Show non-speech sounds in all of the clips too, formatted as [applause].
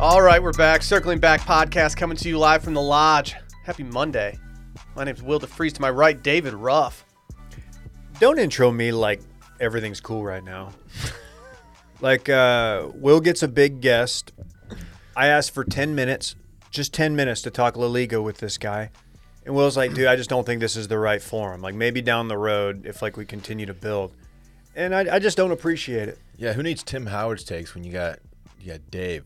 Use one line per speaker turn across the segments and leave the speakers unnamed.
All right, we're back. Circling Back podcast coming to you live from the lodge. Happy Monday. My name's Will DeFreeze. To my right, David Ruff.
Don't intro me like everything's cool right now. like uh, Will gets a big guest. I asked for ten minutes, just ten minutes to talk La Liga with this guy. And Will's like, dude, I just don't think this is the right forum. Like maybe down the road if like we continue to build. And I, I just don't appreciate it.
Yeah, who needs Tim Howard's takes when you got you got Dave?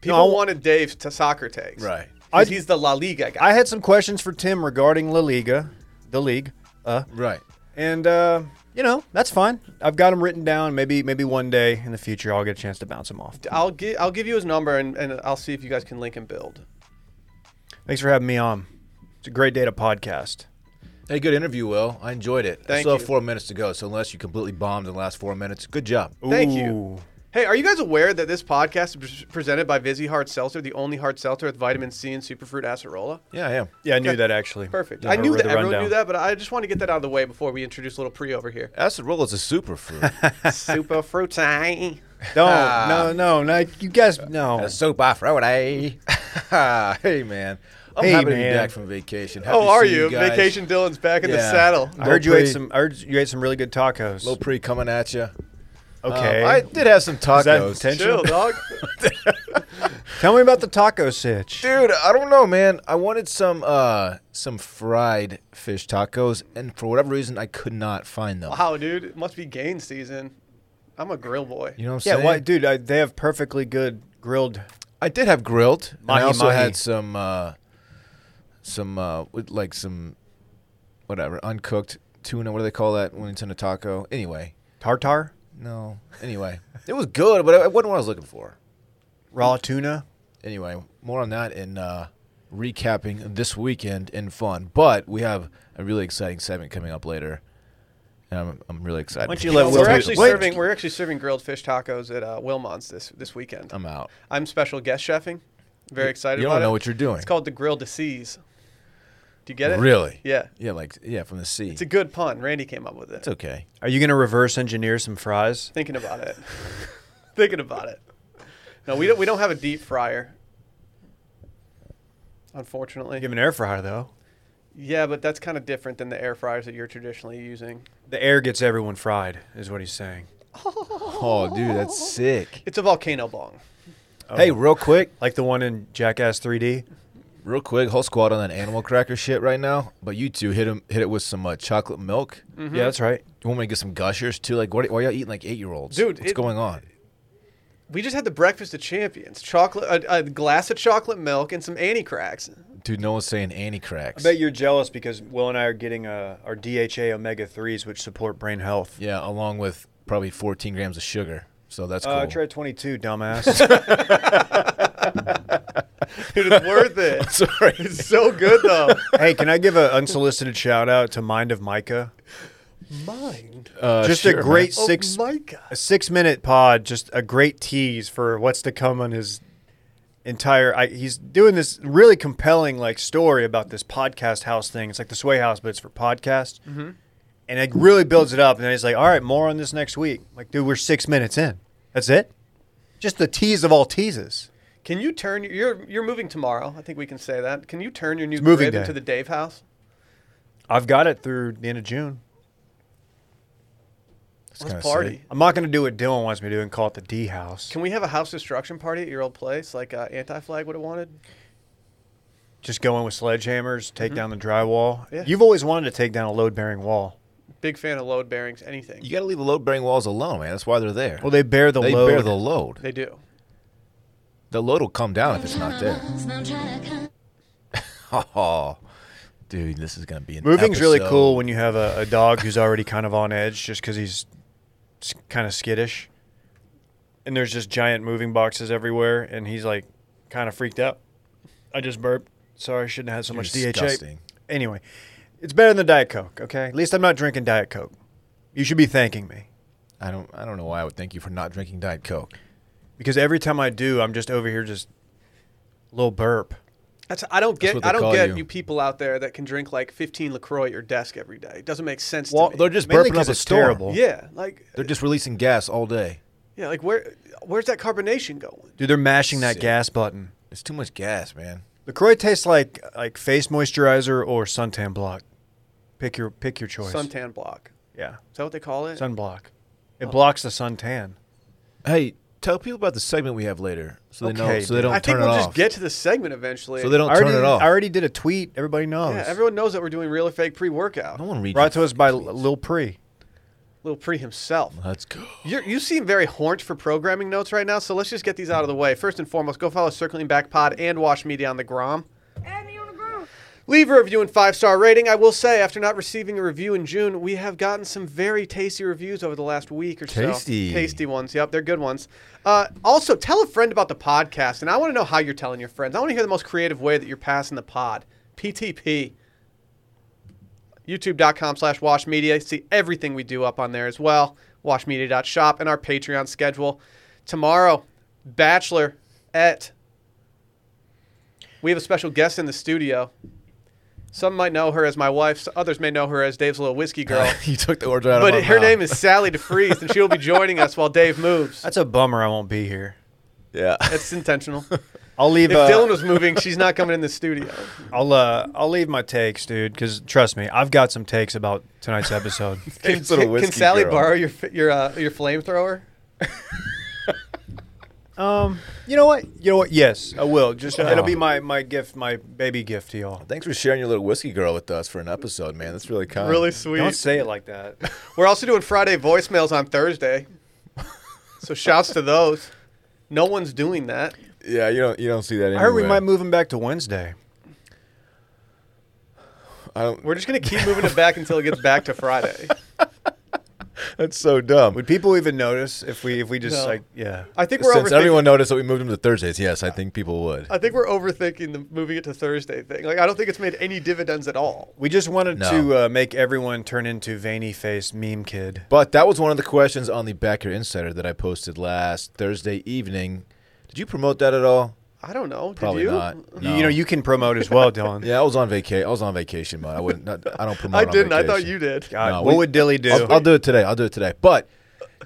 People
No.
wanted Dave to soccer takes.
Right.
'Cause
I-
he's the La Liga guy.
I had some questions for Tim regarding La Liga, the league. Uh,
Right.
and uh, you know that's fine. I've got them written down. Maybe maybe one day in the future I'll get a chance to bounce them off.
I'll give I'll give you his number and, and I'll see if you guys can link and build.
Thanks for having me on. It's a great day to podcast.
Hey, good interview, Will. I enjoyed it. I
Thank
still
you.
have four minutes to go, so unless you completely bombed in the last four minutes, good job.
Thank you. Hey, are you guys aware that this podcast is presented by Vizzy Hard Seltzer, the only hard seltzer with vitamin C and superfruit acerola?
Yeah, I am.
Yeah, I knew that actually.
Perfect.
Yeah,
I knew
read
that
the
everyone
rundown.
knew that, but I just wanted to get that out of the way before we introduce a little pre over
[laughs]
here.
Acerola is a superfruit.
Super fruity. Ah.
Don't. No, no, no. You guys,
[laughs] a
no.
superfruit. hey, man. I'm
Hey,
happy to
man.
be back from vacation. Happy
Oh,
to
are
see
you?
guys.
Vacation Dylan's back in the
Yeah.
saddle.
I heard you ate
Lopri.
some. I heard you ate some really good tacos.
Low pre coming at you.
uh,
Okay.
I did have some tacos.
that
[laughs] Chill,
intentional?
[laughs]
dog.
Tell me about the taco sitch.
Dude, I don't know, man. I wanted some uh some fried fish tacos, and for whatever reason, I could not find them.
wow, dude. It must be gain season. I'm a grill boy.
You know what I'm
Yeah,
saying?
why, dude? I, they have perfectly good grilled.
I did have grilled. and
Mahi
I also
mahi.
had some, uh, some uh, with, like some, whatever, uncooked tuna. What do they call that when it's in a taco? Anyway,
Tartar,
no. Anyway, it was good, but it wasn't what I was looking for.
raw tuna.
Anyway, more on that in uh, recapping this weekend in fun. But we have a really exciting segment coming up later, and I'm, I'm really excited.
Why don't you let Will
we're
do it?
actually
Wait.
serving. We're actually serving grilled fish tacos at uh, Wilmon's this this weekend.
I'm out.
I'm special guest chefing. Very excited.
Um, You
about
don't know
it.
what you're doing.
It's called the Grill Disease. Do you get it?
Really?
Yeah.
Yeah, like yeah, from the sea.
It's a good pun. Randy came up with it.
it's okay.
Are you gonna reverse engineer some fries?
Thinking about it. [laughs] Thinking about it. No, we don't. We don't have a deep fryer. Unfortunately.
You have an air fryer though.
Yeah, but that's kind of different than the air fryers that you're traditionally using.
The air gets everyone fried, is what he's saying.
Oh, dude, that's sick.
It's a volcano bong.
Oh.
Hey, real quick,
Like the one in Jackass 3D.
Real quick, whole squad on that animal cracker shit right now. But you two hit him, hit it with some uh, chocolate milk.
Mm-hmm.
Yeah, that's right.
You want me to get some gushers too? Like, what, why y'all eating like eight year olds,
Dude,
What's
it-
going on?
We just had the breakfast of champions: chocolate, a, a glass of chocolate milk, and some anti cracks.
Dude, no one's saying anti cracks.
I bet you're jealous because Will and I are getting uh, our DHA omega 3s, which support brain health.
Yeah, along with probably 14 grams of sugar. So that's cool.
Uh,
[laughs]
try 22, dumbass.
Dude, it's worth [laughs] it. [laughs]
Sorry.
[laughs]
It's so good though.
hey, can I give an unsolicited shout out to Mind of Micah?
Mine.
Uh,
just
sure,
a
man.
great
Oh
six
my God.
a six minute pod, just a great tease for what's to come on his entire. I, he's doing this really compelling like story about this podcast house thing. It's like the Sway House, but it's for podcasts. And it really builds it up, and then he's like, "All right, more on this next week." Like, dude, we're six minutes in. That's it. Just the tease of all teases.
Can you turn you're you're moving tomorrow? I think we can say that. Can you turn your new
moving
crib
day.
into the Dave house?
I've got it through the end of June.
That's
Let's
kinda
party.
sick.
I'm not going to do what Dylan wants me to do and call it the D House.
Can we have a house destruction party at your old place, like uh, Anti Flag would have wanted?
Just go in with sledgehammers,
Mm-hmm.
take down the drywall.
Yeah.
You've always wanted to take down a load bearing wall.
Big fan of load bearings. Anything
You got to leave the load bearing walls alone, man. That's why they're there.
Well, they bear the
they
load.
bear the load.
they do.
The load will come down if it's not
[laughs]
there. Oh, dude, this is going to be an
Moving's really
episode.
cool when you have a, a dog who's already kind of on edge just because he's kind of skittish. And there's just giant moving boxes everywhere, and he's like kind of freaked out. I just burped. Sorry, I shouldn't have had so
You're
much
disgusting.
DHA. Anyway, it's better than Diet Coke, okay? At least I'm not drinking Diet Coke. You should be thanking me
I don't, I don't know why I would thank you for not drinking Diet Coke.
because every time I do, I'm just over here just little burp.
That's I don't get
what they
I don't
call
get you.
you.
people out there that can drink like 15 Lacroix at your desk every day. It doesn't make sense
Well,
to me.
They're just
Mainly
burping
'cause
up a
it's
storm.
terrible.
yeah, like
They're just releasing gas all day.
Yeah, like where where's that carbonation going?
Dude, they're mashing that
Sick.
gas button.
It's too much gas, man.
LaCroix tastes like like face moisturizer or suntan block. Pick your pick your choice.
Suntan block.
Yeah.
Is that what they call it?
Sunblock. It blocks the suntan.
Hey, tell people about the segment we have later, so they know,
Okay,
so they
dude.
don't
I
turn
think
it
we'll
off.
just get to the segment eventually.
so they don't
I already,
turn it off.
I already did a tweet. Everybody knows.
Yeah, everyone knows that we're doing real or fake pre workout.
no one reads.
Brought
it.
to us by L- Lil Pre.
Little pre himself.
Let's go.
You're, you seem very horned for programming notes right now, so let's just get these out of the way. First and foremost, go follow Circling Back Pod and Watch Media on the Grom.
Add me on the ground.
Leave a review and five star rating. I will say, after not receiving a review in June, we have gotten some very tasty reviews over the last week or
Tasty.
so. Tasty ones. Yep, they're good ones. Uh, also, tell a friend about the podcast, and I want to know how you're telling your friends. I want to hear the most creative way that you're passing the pod. PTP. YouTube.com slash Wash Media. See everything we do up on there as well. WashMedia.shop and our Patreon schedule. Tomorrow, Bachelor at. We have a special guest in the studio. Some might know her as my wife. s- Others may know her as Dave's little
[laughs]
whiskey [laughs] girl.
you took the order out of
but
my
her
mouth.
name is Sally DeFries, and she will be joining us while Dave
[laughs]
moves.
That's a bummer. I won't be here.
[laughs]
yeah.
That's
[laughs]
intentional.
I'll leave.
If
uh,
Dylan was moving, she's not coming in the studio.
I'll uh, I'll leave my takes, dude. Because trust me, I've got some takes about tonight's episode.
Can,
Dave's
can-
little
can
whiskey
Sally
girl.
borrow your f- your uh, your flamethrower?
um, you know what? You know what? Yes, I will. Just uh, it'll
Oh.
be my my gift, my baby gift to y'all.
Thanks for sharing your little whiskey girl with us for an episode, man. That's really kind.
Really sweet.
Don't say it like that.
We're also doing Friday voicemails on Thursday. So shouts to those. No one's doing that.
Yeah, you don't you don't see that.
I
Anywhere.
heard we might move him back to Wednesday.
I don't.
We're just going to keep moving it back until it gets back to Friday.
That's so dumb.
Would people even notice if we if we just
No.
like yeah?
I think we're
Since
overthinking
everyone noticed that we moved them to Thursdays, yes, I think people would.
I think we're overthinking the moving it to Thursday thing. Like I don't think it's made any dividends at all.
We just wanted
No.
to uh, make everyone turn into veiny faced meme kid.
But that was one of the questions on the Backyard Insider that I posted last Thursday evening. Did you promote that at all?
I don't know. Did
Probably
you?
not.
You-
No.
You know you can promote as well, Dylan.
[laughs] Yeah, I was on vacation. I was on vacation, but I wouldn't. Not, I don't
[laughs]
promote.
I
on
didn't. I thought
vacation.
you did.
God,
No,
what
we-
would Dilly do?
I'll, I'll do it today. I'll do it today. But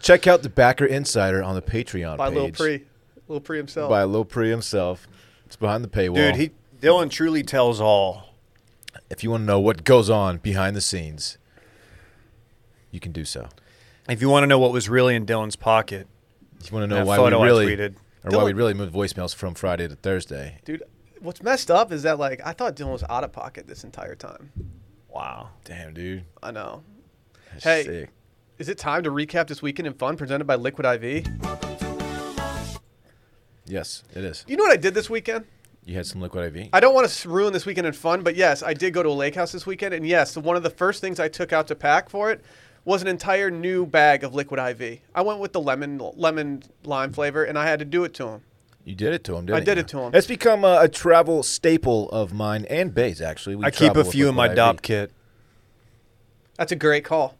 check out the Backer Insider on the Patreon
By
page.
Lil Pre. Lil Pre himself.
By Lil Pre himself. It's behind the paywall.
Dude, he Dylan truly tells all.
if you want to know what goes on behind the scenes, you can do so.
If you want to know what was really in Dylan's pocket,
If you want to know
That
why we
photo I
really
tweeted.
or why we
Dylan-
really moved voicemails from Friday to Thursday,
Dude, what's messed up is that like I thought Dylan was out of pocket this entire time.
wow.
damn dude,
I know.
That's
Hey.
sick.
Is it time to recap this weekend in fun presented by Liquid IV?
yes, it is.
You know what I did this weekend?
You had some liquid IV.
I don't want to ruin this weekend in fun, but yes, I did go to a lake house this weekend, and yes, one of the first things I took out to pack for it was an entire new bag of Liquid IV. I went with the lemon lemon lime flavor, and I had to do it to him.
you did it to him, didn't
I
you?
did it to him.
It's become a, a travel staple of mine and Bay's. Actually, we
I keep
travel
a
with
few in my
Liquid
DOP
IV.
kit.
That's a great call.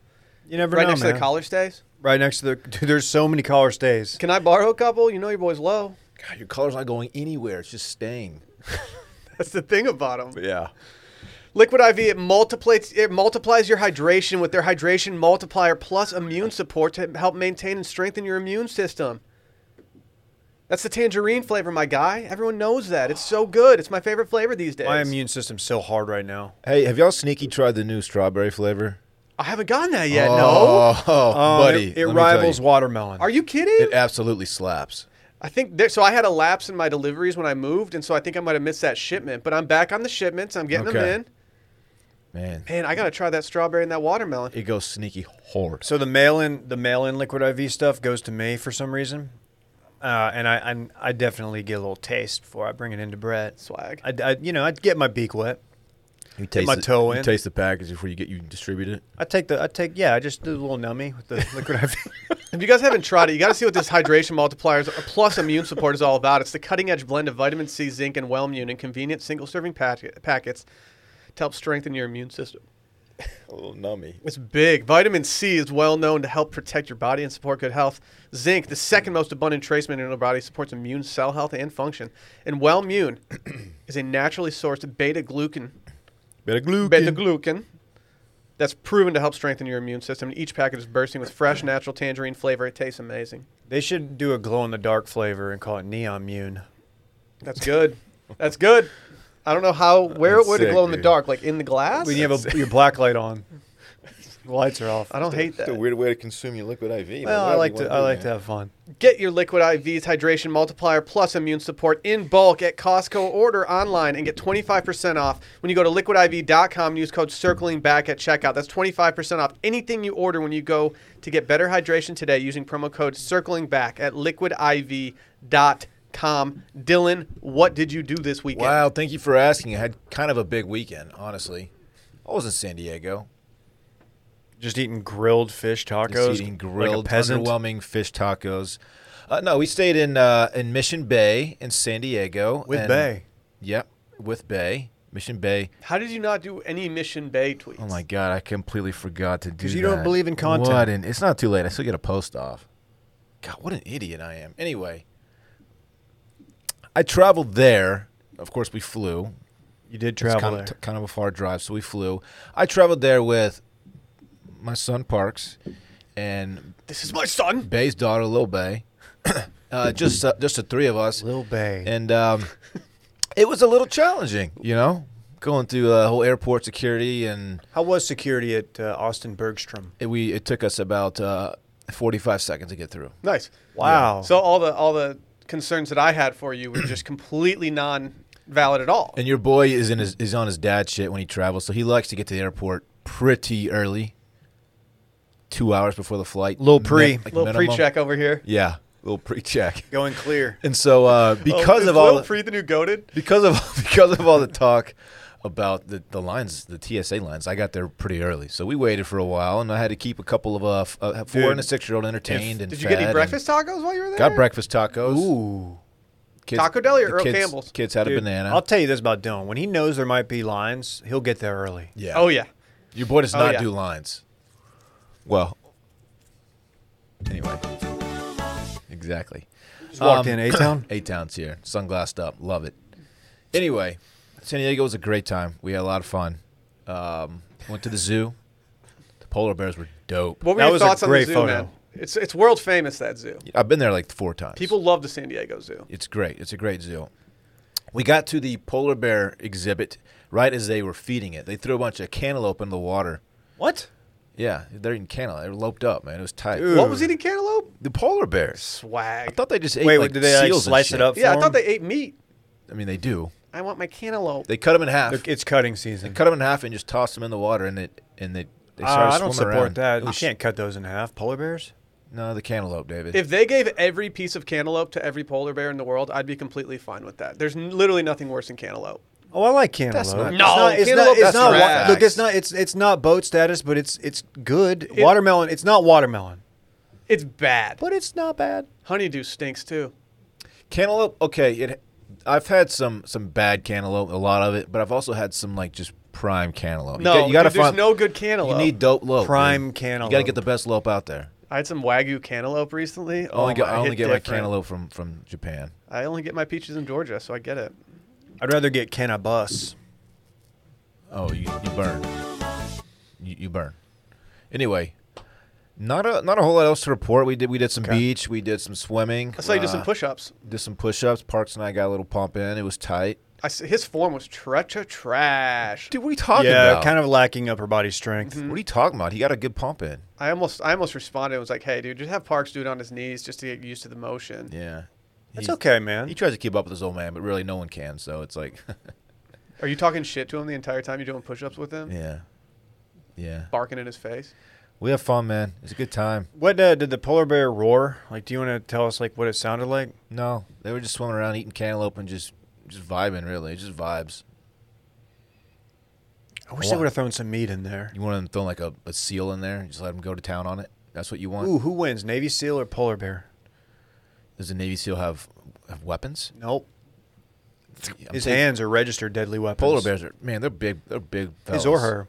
You never
right
know,
next to
man.
the college days.
Right next to the. [laughs] Dude, there's so many collar stays.
Can I borrow a couple? You know your boy's low.
God, your color's not going anywhere. It's just staying.
That's the thing about them.
Yeah.
Liquid IV it multiplies it multiplies your hydration with their hydration multiplier plus immune support to help maintain and strengthen your immune system. That's the tangerine flavor, my guy. Everyone knows that. It's so good. It's my favorite flavor these days.
My immune system's so hard right now.
Hey, have y'all sneaky tried the new strawberry flavor?
I haven't gotten that yet. No.
Oh,
Um,
buddy,
it, it
let me tell
rivals
you.
watermelon.
Are you kidding?
It absolutely slaps.
I think there, so. I had a lapse in my deliveries when I moved, and so I think I might have missed that shipment. But I'm back on the shipments. I'm getting
Okay.
them
Man,
in. Man, I gotta try that strawberry and that watermelon.
it goes sneaky hard.
So the mail in the mail in liquid IV stuff goes to me for some reason, uh, and I, I I definitely get a little taste before I bring it into Brett.
Swag.
I, I you know I'd get my beak wet.
You taste
my
it-
toe
you
in.
taste the package before you get you distribute it.
I take the I take yeah I just do a little nummy with [laughs] the liquid IV.
If you guys haven't tried it, you got to see what this hydration multiplier is, plus immune support is all about. It's the cutting edge blend of vitamin C, zinc, and Wellmune in convenient single serving packet, packets to help strengthen your immune system.
A
Oh,
little nummy.
It's big. Vitamin C is well known to help protect your body and support good health. Zinc, the second most abundant trace mineral in the body, supports immune cell health and function. And Wellmune is a naturally sourced beta glucan
Better glue.
beta glucan that's proven to help strengthen your immune system. And each package is bursting with fresh, natural tangerine flavor. It tastes amazing.
They should do a glow in the dark flavor and call it Neon Mune.
That's good. That's good. I don't know how where it
That's
would it
sick,
glow in the
dude.
dark, like in the glass.
When you have a, your black light on, the lights are off.
I don't hate
It's a
that.
weird way to consume your liquid IV.
[laughs]
man.
Well, I
Whatever
like
you
to
wanna
I
do,
like to
man.
have fun.
Get your Liquid IV's hydration multiplier plus immune support in bulk at Costco. Order online and get 25% off when you go to liquidiv.com and use code circling back at checkout. That's 25% off anything you order when you go to get better hydration today using promo code circling back at liquidiv.com. Dylan, what did you do this weekend?
Wow, thank you for asking. I had kind of a big weekend, honestly. I was in San Diego.
Just eating grilled fish tacos,
Just eating grilled,
like a peasant.
underwhelming fish tacos. Uh, no, we stayed in uh, in Mission Bay in San Diego.
With
and-
Bay.
Yep, with Bay. Mission Bay.
How did you not do any Mission Bay tweets?
Oh my God, I completely forgot to do.
'Cause you don't
that.
believe in content.
What an, it's not too late. I still get a post off. God, what an idiot I am. Anyway, I traveled there. Of course, we flew.
You did
It's
travel
kind
there.
Of, kind of a far drive, so we flew. I traveled there with my son Parks and
This is my son.
Bay's daughter Lil Bay. [coughs] uh, just uh, just the three of us,
Lil Bay.
and um, it was a little challenging, you know, going through uh, whole airport security and.
How was security at uh, Austin Bergstrom?
it, we it took us about uh, 45 seconds to get through.
Nice.
Wow.
So all the all the concerns that I had for you were just completely non-valid at all.
And your boy is in his is on his dad shit when he travels, so he likes to get to the airport pretty early, two hours before the flight.
Little
Min-
pre.
like
little
minimum.
pre-check over here.
Yeah, little pre check.
going clear.
[laughs] And so uh,
[laughs]
because
Oh,
of
is
all
Lil
the,
Pre the new goaded.
because of [laughs] because of all the talk about the, the lines, the TSA lines, I got there pretty early, so we waited for a while, and I had to keep a couple of uh, f- uh four
Dude,
and a six year old entertained and
Did you get
fed
any
and
breakfast tacos while you were there?
Got breakfast tacos.
Ooh.
Kids-
Taco Deli or
the
Earl
kids-
Campbell's?
Kids had a
Dude,
banana.
I'll tell you this about Dylan. When he knows there might be lines, he'll get there early.
yeah.
Oh yeah.
Your boy does
Oh,
not
yeah.
do lines. Well, anyway. Exactly.
Just walked
Um,
in A
[coughs]
Town.
Eight towns here. Sunglassed up. Love it. Anyway, San Diego was a great time. We had a lot of fun. Um, went to the zoo. The polar bears were dope.
What were
That
your
was a
thoughts on
great
the zoo,
photo.
man? It's it's world famous that zoo.
I've been there like four times.
People love the San Diego Zoo.
It's great. It's a great zoo. We got to the polar bear exhibit right as they were feeding it. They threw a bunch of cantaloupe in the water.
What?
Yeah, they're eating cantaloupe. They were loped up, man. It was tight.
Dude.
What was eating cantaloupe?
The polar bears. I
Swag.
thought they just ate
Wait,
like
did they, like,
seals and
slice it
shit.
up?
yeah, I
form?
thought they ate meat.
I mean, they do.
I want my cantaloupe.
They cut them in half.
Look, it's cutting season.
cut them in half and just toss them in the water, and it and they they
Uh,
started
I don't
swimming
support
around.
that.
It
You
was-
can't cut those in half. Polar bears?
No, the cantaloupe, David.
if they gave every piece of cantaloupe to every polar bear in the world, I'd be completely fine with that. There's n- literally nothing worse than cantaloupe.
Oh, I like cantaloupe.
That's not-
It's
No,
not- it's
cantaloupe
not. It's
that's
not,
trash.
wa- look, it's not. It's it's not boat status, but it's it's good.
It-
watermelon. It's not watermelon,
It's bad.
but it's not bad.
Honeydew stinks too.
cantaloupe, okay. It, I've had some some bad cantaloupe, a lot of it, but I've also had some like just prime cantaloupe.
No,
you, got, you gotta
dude,
find.
there's no good cantaloupe.
you need dope lope.
Prime
dude.
cantaloupe.
You gotta get the best lope out there.
I had some wagyu cantaloupe recently.
I only
oh
get,
my,
I
it
only
hit
get my
different.
cantaloupe from from Japan.
I only get my peaches in Georgia, so I get it.
I'd rather get cannabis.
Oh, you, you burn. You, you burn. Anyway, not a not a whole lot else to report. We did we did some beach. We did some swimming.
I saw you did some
uh,
push-ups.
Did some push-ups. Parks and I got a little pump in. It was tight.
I s his form was treacher trash.
Dude, what are you talking
yeah,
about? Mm-hmm.
kind of lacking upper body strength.
What are you talking about? He got a good pump in.
I almost, I almost responded and was like, "Hey, dude, just have Parks do it on his knees just to get used to the motion."
Yeah,
That's
He-
okay,
He
man.
tries to keep up with his old man, but really no one can. So it's like, [laughs]
Are you talking shit to him the entire time you're doing push-ups with him?
yeah, yeah.
Barking in his face.
We have fun, man. It's a good time.
What uh, did the polar bear roar? Like, do you want to tell us like what it sounded like?
No, they were just swimming around, eating cantaloupe, and just just vibing. Really, just vibes.
I wish they
I want-
would have thrown some meat in there.
You want to throw like a, a seal in there and just let him go to town on it? That's what you want?
Ooh, who wins, Navy SEAL or polar bear?
Does the Navy SEAL have have weapons?
Nope.
I'm
His
taking-
hands are registered deadly weapons.
Polar bears are man. They're big. They're big.
His
fellas.
or her.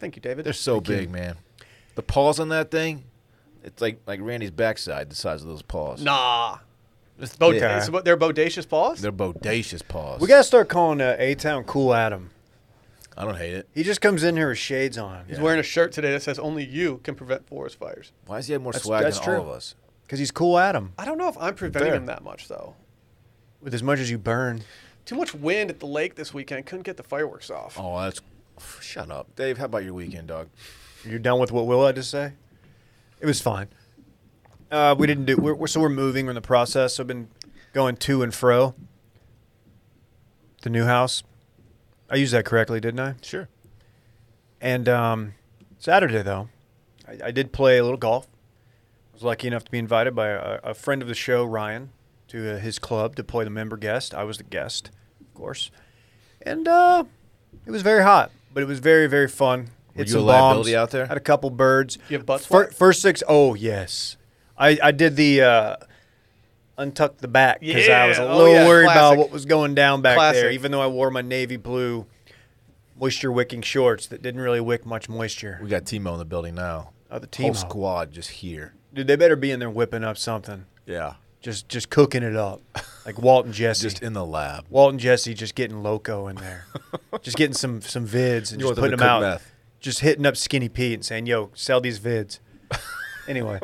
Thank you, David.
They're so big, man. The paws on that thing, it's like like Randy's backside, the size of those paws.
nah.
it's
Bo-
big.
Okay.
it's what- they're bodacious paws.
They're bodacious paws.
We gotta start calling uh, A Town Cool Adam.
I don't hate it.
He just comes in here with shades on.
He's wearing a shirt today that says "Only you can prevent forest fires."
Why does he have more
That's-
swag
that's
than all
true.
of us?
because he's cool at him.
I don't know if I'm preventing
Fair.
him that much though.
With as much as you burn,
Too much wind at the lake this weekend. Couldn't get the fireworks off.
Oh, that's. Shut up, Dave. How about your weekend, dog?
you're done with what Will had to say. It was fine. Uh, we didn't do. We're, we're so we're moving. We're in the process. So I've been going to and fro. The new house. I used that correctly, didn't I?
Sure.
And um, Saturday, though, I, I did play a little golf. I was lucky enough to be invited by a, a friend of the show, Ryan, to uh, his club to play the member guest. I was the guest, of course. And uh, it was very hot, but it was very, very fun.
Were
Hit
you
some
a liability
bombs.
out there?
Had a couple birds.
You have butt
Fir-
sweat?
first six, oh, yes. I, I did the uh, untuck the back because I was a
Yeah. Oh,
little
yeah.
worried
Classic.
about what was going down back there,
Classic.
even though I wore my navy blue moisture wicking shorts that didn't really wick much moisture.
We got Timo in the building now.
Oh, the
Whole
Timo.
squad just here.
Dude, they better be in there whipping up something,
Yeah.
just just cooking it
[laughs]
up, like Walt and Jesse.
Just in the lab.
Walt and Jesse just getting loco in
[laughs]
there, just getting some some vids and
You
just
want them
putting
to
them
cook
out,
meth.
just hitting up Skinny Pete and saying, "Yo, sell these
[laughs]
vids." anyway,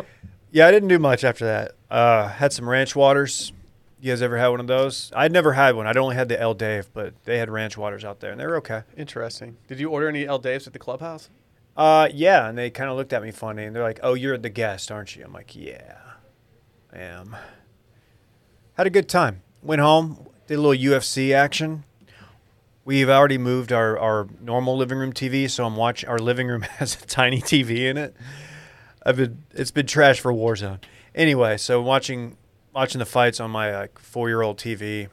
yeah, I didn't do much after that. Uh, had some ranch waters. You guys ever had one of those? I'd never had one. I'd only had the El Dave, but they had ranch waters out there, and they were okay.
Interesting. Did you order any El Daves at the clubhouse?
Uh, yeah, and they kind of looked at me funny, and they're like, "Oh, you're the guest, aren't you?" I'm like, "Yeah, I am." Had a good time. Went home, did a little UFC action. We've already moved our, our normal living room TV, so I'm watching. Our living room [laughs] has a tiny TV in it. I've been it's been trash for Warzone. Anyway, so watching watching the fights on my like four year old TV.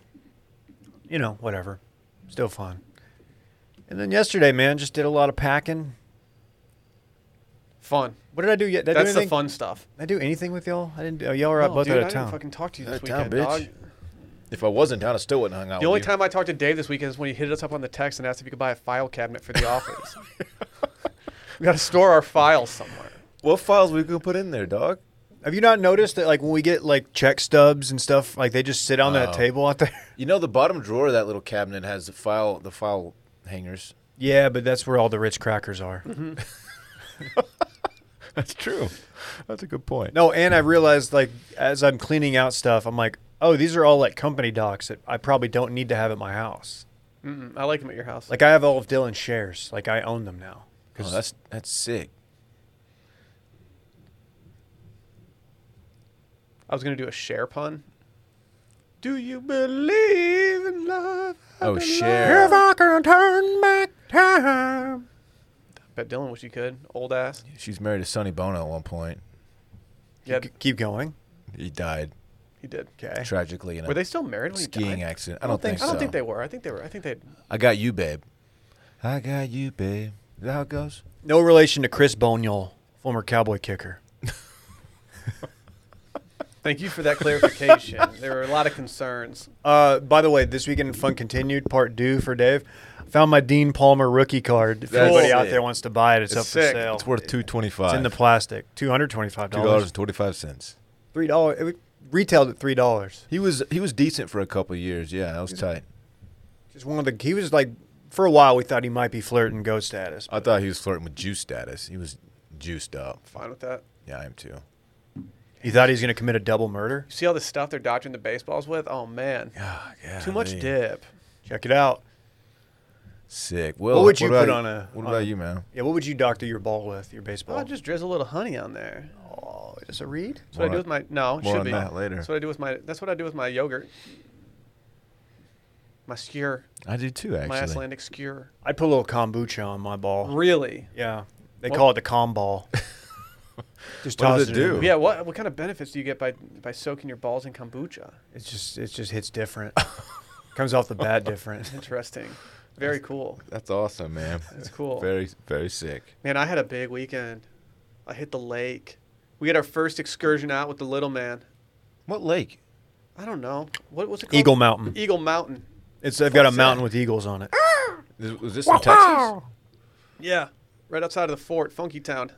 You know, whatever, still fun. And then yesterday, man, just did a lot of packing.
Fun.
What did I do yet? Did I
That's
do
the
anything?
fun stuff.
Did I do anything with y'all? I didn't. Oh, y'all were out
No,
both
dude,
out
I
of
didn't
town.
fucking talk to you
Out
this
of town,
weekend, dog.
bitch. If I wasn't down, I still wouldn't hung out.
The only
with
time I talked to Dave this weekend is when he hit us up on the text and asked if he could buy a file cabinet for
[laughs]
the office. we got to store our files somewhere.
you. what files we could put in there, dog?
Have you not noticed that like when we get like check stubs and stuff, like they just sit on that
Oh.
table out there?
You know, the bottom drawer of that little cabinet has the file, the file hangers.
yeah, but that's where all the rich crackers are.
That's true. That's a good point.
No, and I realized like as I'm cleaning out stuff, I'm like, oh, these are all like company docs that I probably don't need to have at my house.
Mm-mm, Mm, I like him at your house.
Like I have all of Dylan's shares. Like I own them now.
Oh, that's that's sick.
I was gonna do a share pun. Do you believe in love?
Oh,
If
share.
I can turn back time.
Bet Dylan wish you could. Old ass.
She's married to Sonny Bono at one point.
Yeah,
Keep- keep going.
He died
he did.
Okay.
tragically in a
Were they still married when he
skiing
died?
accident. I don't, think,
I don't
so.
think they were. I think they were. I think they.
I got you, babe. I got you, babe. Is that how it goes?
No relation to Chris Boniol, former cowboy kicker.
Thank you for that
[laughs]
clarification. there were a lot of concerns.
Uh, by the way, this weekend in fun continued part due for Dave. Found my Dean Palmer rookie card. If
That's
anybody out
sick.
there wants to buy it, it's,
It's
up
sick.
for sale.
It's worth two twenty-five.
It's in the plastic. Two hundred twenty-five
two dollars
dollars.
and twenty-five cents.
Three dollars. It was- retailed at three dollars.
He was he was decent for a couple of years. Yeah, that was tight.
Just one of the. He was like, for a while, we thought he might be flirting goat status.
I thought he was flirting with juice status. He was juiced up.
Fine with that.
Yeah, I am too.
You thought he was going to commit a double murder?
You see all the stuff they're dodging the baseballs with? Oh man,
Yeah,
too much dip.
Check it out.
Sick. Well,
What would you
about
put on a- on
What about
a-
you, man?
Yeah. What would you doctor your ball with? Your baseball?
I'll just drizzle a little honey on there.
oh, is this a reed?
That's what I
Oh. More
do
on-
with my no. it
more
should
on
be.
that later.
That's what I do with my. That's what I do with my yogurt. My skewer,
I do too,
my
actually. Oh.
Icelandic skewer.
I'd put a little kombucha on my ball.
Really?
Yeah. They
What-
call it the com
[laughs]
ball. just
What
toss
does it
it in.
do?
Yeah. What what kind of benefits do you get by by soaking your balls in kombucha?
It's just it just hits different.
[laughs]
Comes off the bat different.
Interesting. Very cool.
That's awesome, man.
That's cool.
Very very sick.
Man, I had a big weekend. I hit the lake. We had our first excursion out with the little man.
What lake?
I don't know what was it called.
Eagle Mountain.
Eagle Mountain.
It's they've got a
What's
mountain
that?
with eagles on it.
Is- Was this in Texas?
Yeah, right outside of the fort, Funky Town.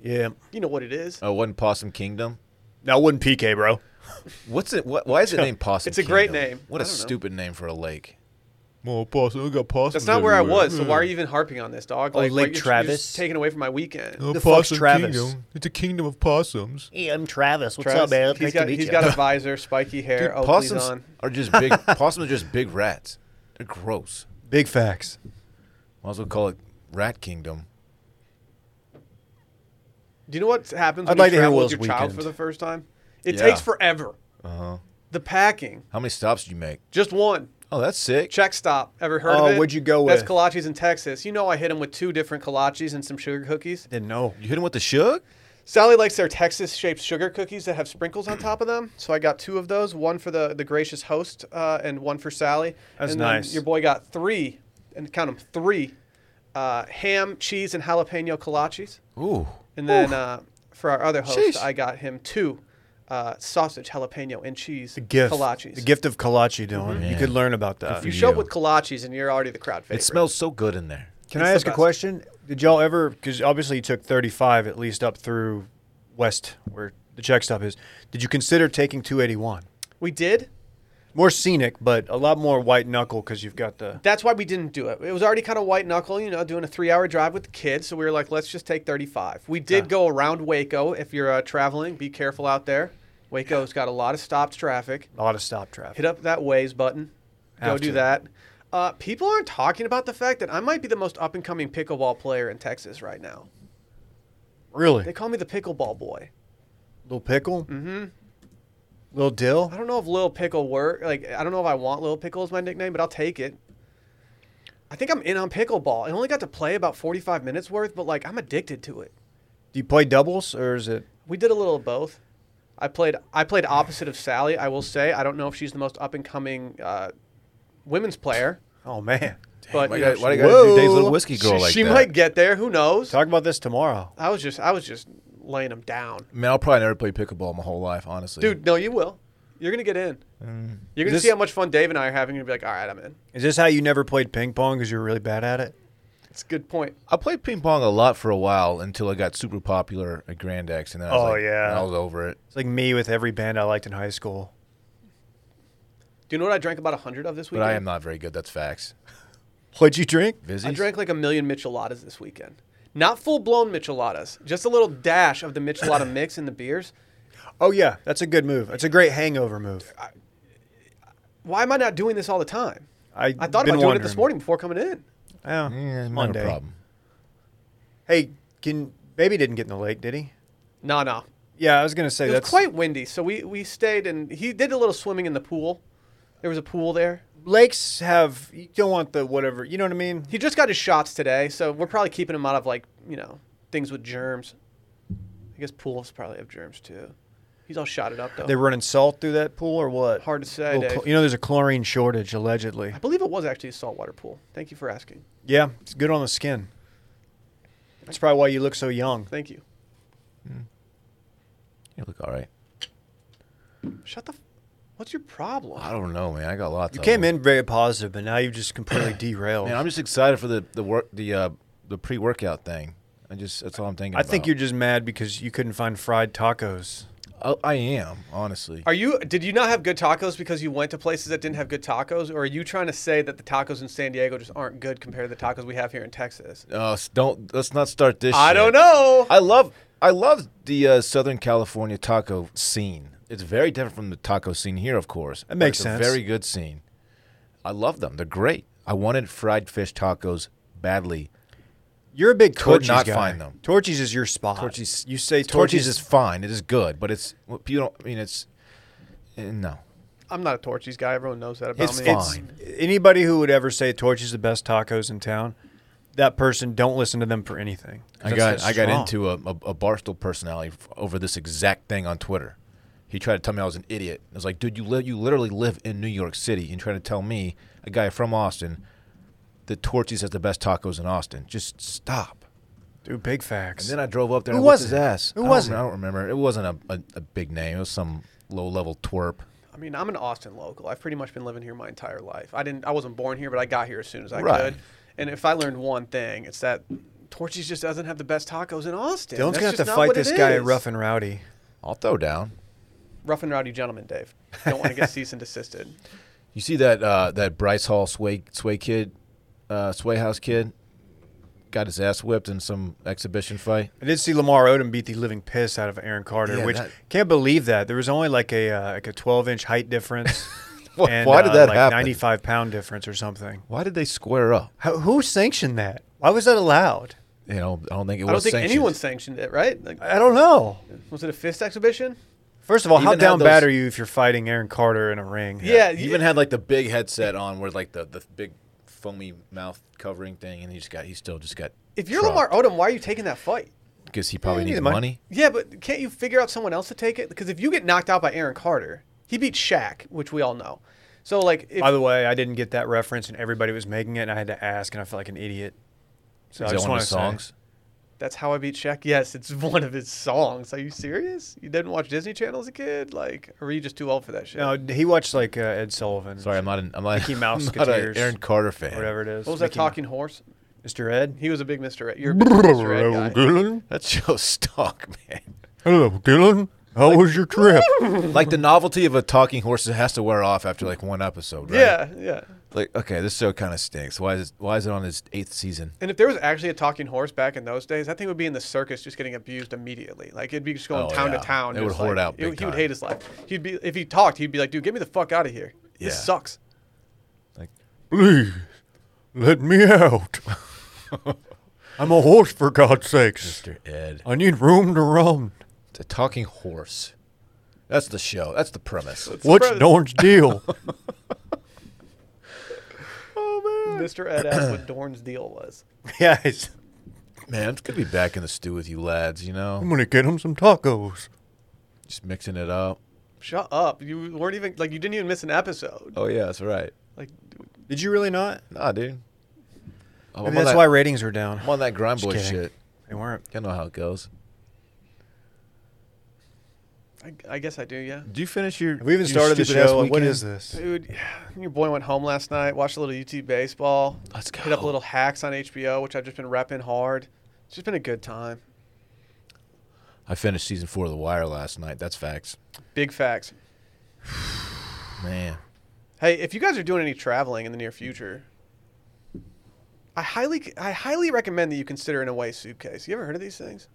Yeah.
You know what it is.
Oh, it wasn't Possum Kingdom?
That wasn't PK, bro.
[laughs]
What's it? What, why is it named Possum?
It's a great
Kingdom?
name.
What
I
a
don't know.
stupid name for a lake. More pasta. We got pasta.
That's not where I was. So why are you even harping on this, dog?
Hmm. Oh, Lake
you're- you're just
Travis?
taking away from my weekend.
The fuck's possum Travis? kingdom.
It's a kingdom of possums.
Hey, I'm Travis. What's
Travis,
up, man?
He's
Great
got
to meet
he's
you.
got a visor, spiky hair. oh, he's
possums
on.
are just
[laughs]
big. possums are just big rats. They're gross.
[laughs] Big facts.
Might as well call it Rat Kingdom.
Do you know what happens
I'd
when
like to
you
hear
travel with
Will's
your child
weekend. Uh-huh.
for the first time? It
Yeah.
takes forever.
Uh huh.
The packing,
How many stops did you make?
just one
Oh, that's sick.
check stop. Ever heard
Oh,
of it?
what'd you go
That's
with?
kolaches in Texas. You know I hit him with two different kolaches and some sugar cookies.
Didn't know.
You hit him with the shug?
Sally likes their Texas-shaped sugar cookies that have sprinkles on top of them. So I got two of those, one for the, the gracious host uh, and one for Sally.
That's
and then
nice.
Your boy got three, and count them, three uh, ham, cheese, and jalapeno kolaches.
Ooh.
And then uh, for our other host,
Sheesh.
I got him two uh, sausage, jalapeno, and cheese
The gift.
kolaches.
The gift of kolache, Dylan. You
Man.
could learn about that.
Mm-hmm. You
for
show up
you.
with kolaches and you're already the crowd favorite.
It smells so good in there.
Can
It's
I
the
ask a
best.
question? Did y'all ever? Because obviously you took 35 at least up through west where the check stop is. Did you consider taking 281?
We did.
More scenic, but a lot more white knuckle because you've got the.
That's why we didn't do it. It was already kind of white knuckle, you know, doing a three hour drive with the kids. So we were like, let's just take 35. We did go around Waco. If you're uh, traveling, be careful out there. Waco's got a lot of stopped traffic.
A lot of stop traffic.
Hit up that Waze button. Go
Have
do
to.
that. Uh, people aren't talking about the fact that I might be the most up and coming pickleball player in Texas right now.
Really?
They call me the pickleball boy.
Little pickle? Mm-hmm. Little dill?
I don't know if Lil Pickle work. Like, I don't know if I want Lil Pickle as my nickname, but I'll take it. I think I'm in on pickleball. I only got to play about 45 minutes worth, but like, I'm addicted to it.
Do you play doubles or is it?
We did a little of both. I played. I played opposite of Sally. I will say. I don't know if she's the most up and coming uh, women's player,
Oh man!
but
Why
you
do you
know,
gotta- why do
she,
you gotta do Dave's
Whoa.
Little Whiskey Girl
she-
like
she
that?
might get there. Who knows?
Talk about this tomorrow.
I was just. I was just laying them down,
Man, I'll probably never play pickleball my whole life, honestly.
dude. No, you will. You're gonna get in.
Mm.
You're gonna
This-
see how much fun Dave and I are having. You'll be like, all right, I'm in.
Is this how you never played ping pong because you were really bad at it?
It's a good point.
I played ping pong a lot for a while until I got super popular at Grand X, and then I was
Oh,
like,
yeah.
and I was over it.
It's like me with every band I liked in high school.
Do you know what I drank about hundred of this
But
weekend?
I am not very good. That's facts.
What'd you drink?
Vizzy.
I drank like a million micheladas this weekend. Not full blown micheladas, just a little dash of the
[laughs]
michelada mix in the beers.
Oh yeah, that's a good move. That's a great hangover move.
Why am I not doing this all the time?
I,
I thought
been
about doing it
wondering.
this morning before coming in.
Yeah,
Yeah, Mm, not
Monday.
a problem.
Hey, can baby didn't get in the lake, did he?
No, no.
Yeah, I was gonna say
It was
that's
quite windy, so we, we stayed and he did a little swimming in the pool. There was a pool there.
lakes have you don't want the whatever you know what I mean.
He just got his shots today, so we're probably keeping him out of like, you know, things with germs. I guess pools probably have germs too. He's all shotted up though.
They're running salt through that pool or what?
Hard to say,
Little
Dave.
cl- you know, there's a chlorine shortage allegedly.
I believe it was actually a saltwater pool. Thank you for asking.
Yeah, it's good on the skin. That's probably why you look so young.
Thank you.
You look all right.
Shut the. F- What's your problem?
I don't know, man. I got lots.
You
of
came
them.
in very positive, but now you've just
[clears throat]
completely derailed.
Man, I'm just excited for the the work the uh, the pre workout thing. I just that's all I'm thinking.
I think
about.
you're just mad because you couldn't find fried tacos.
Oh, I am honestly.
Are you? Did you not have good tacos because you went to places that didn't have good tacos, or are you trying to say that the tacos in San Diego just aren't good compared to the tacos we have here in Texas?
Uh, s- don't let's not start this.
I
shit.
don't know.
I love I love the uh, Southern California taco scene. It's very different from the taco scene here, of course.
That makes
but it's
sense.
A very good scene. I love them. They're great. I wanted fried fish tacos badly.
You're a big
Could
Torchies
not
guy.
find them.
Torchies is your spot.
Torchy's-
You say
Torchies,
Torchies,
is fine. It is good, but it's you don't. I mean, it's eh, no.
I'm not a Torchies guy. Everyone knows that about
It's
me.
fine.
Anybody who would ever say Torchies the best tacos in town, that person don't listen to them for anything.
I
That's-
got
that's
I got
strong.
into a, a, a barstool personality f- over this exact thing on Twitter. He tried to tell me I was an idiot. I was like, dude, you li- you literally live in New York City and trying to tell me a guy from Austin that Torchy's has the best tacos in Austin. Just stop.
dude big facts.
And then I drove up there.
Who
and I whipped
was
his
it?
ass?
Who
I
was
don't-
it?
I don't remember. It wasn't a, a, a big name. It was some low level twerp.
I mean, I'm an Austin local. I've pretty much been living here my entire life. I didn't. I wasn't born here, but I got here as soon as I
Right.
could. And if I learned one thing, it's that Torchies just doesn't have the best tacos in Austin.
Dylan's
That's
gonna
just
have to
not
fight
what it
this guy
is.
at Rough and Rowdy.
I'll throw down.
[laughs]
rough and rowdy gentleman, Dave. Don't want to get cease and desisted.
You see that uh, that Bryce Hall Sway Sway kid, uh, Sway House kid, got his ass whipped in some exhibition fight.
I did see Lamar Odom beat the living piss out of Aaron Carter,
Yeah,
which
that-
can't believe that there was only like a uh, like a 12 inch height difference.
[laughs]
uh,
Why- why did that
like
happen?
95 pound difference or something.
Why did they square up?
How, who sanctioned that? Why was that allowed?
You know, I don't think it
I don't
was.
think
sanctioned.
anyone sanctioned it, right? Like,
I don't know.
was it a fist exhibition?
First of all, how
Even had
down bad
those-
are you if you're fighting Aaron Carter in a ring?
Yeah,
He even had like the big headset on, where like the, the big foamy mouth covering thing, and he just got he still just got.
If you're Lamar Odom, why are you taking that fight?
because he probably
Yeah, you need
needed
the money.
money.
Yeah, but can't you figure out someone else to take it? Because if you get knocked out by Aaron Carter, he beat Shaq, which we all know. So like, if,
By the way, I didn't get that reference, and everybody was making it, and I had to ask, and I felt like an idiot. So I
Is that
just
one
want
of
to
his songs?
that's how I beat Shaq. Yes, it's [laughs] one of his songs. Are you serious? You didn't watch Disney Channel as a kid? Like, or were you just too old for that shit?
No, he watched like uh, Ed Sullivan.
Sorry, I'm not an I'm not,
Mickey Mouse
I'm not an
Keteers.
Aaron Carter fan.
whatever it is.
what was that
Mickey-
talking horse?
Mr.
[laughs]
Ed? [laughs]
He was a big Mr. Ed. You're a big Mr. Ed guy.
That show stunk, man.
Hello, Dylan. How was your trip?
like the novelty of a talking horse has to wear off after like one episode, right?
Yeah, yeah.
Like, okay, this show kind of stinks. Why is why is it on its eighth season?
And if there was actually a talking horse back in those days, that thing would be in the circus, just getting abused immediately. Like it'd be just going
Oh,
town
yeah.
to town.
They would
just,
hoard
like-
out
He,
big
he would
time.
hate his life. He'd be if he talked, he'd be like, "Dude, get me the fuck out of here.
Yeah.
This sucks."
Like,
Please, let me out. I'm a horse, for God's sakes.
Mr. Ed,
I need room to run.
the talking horse. That's the show. That's the premise.
It's surprising. [laughs]
Dorn's deal?
Mr. Ed asked what Dorn's deal was.
yeah, it's-
Man, it's gonna be back in the stew with you lads. You know,
going to get him some tacos.
just mixing it up.
Shut up! You weren't even like you didn't even miss an episode.
Oh yeah, that's right.
Like
Did you really not?
Nah, dude. Oh, I'm,
Maybe
on
that's
that,
why ratings are down.
I'm on that grind
Just
boy
kidding.
shit.
They weren't.
I know how it goes.
I, I guess I do. Yeah.
Did you finish your?
Have we even
your
started the
stupid-ass
show? Like, What
weekend?
is this?
Dude, your boy went home last night. Watched a little UT baseball.
Let's
Hit up
go.
little hacks on HBO, which I've just been repping hard. It's just been a good time.
I finished season four of The Wire last night. That's facts,
Big facts.
man.
Hey, if you guys are doing any traveling in the near future, I highly I highly recommend that you consider an away suitcase. You ever heard of these things?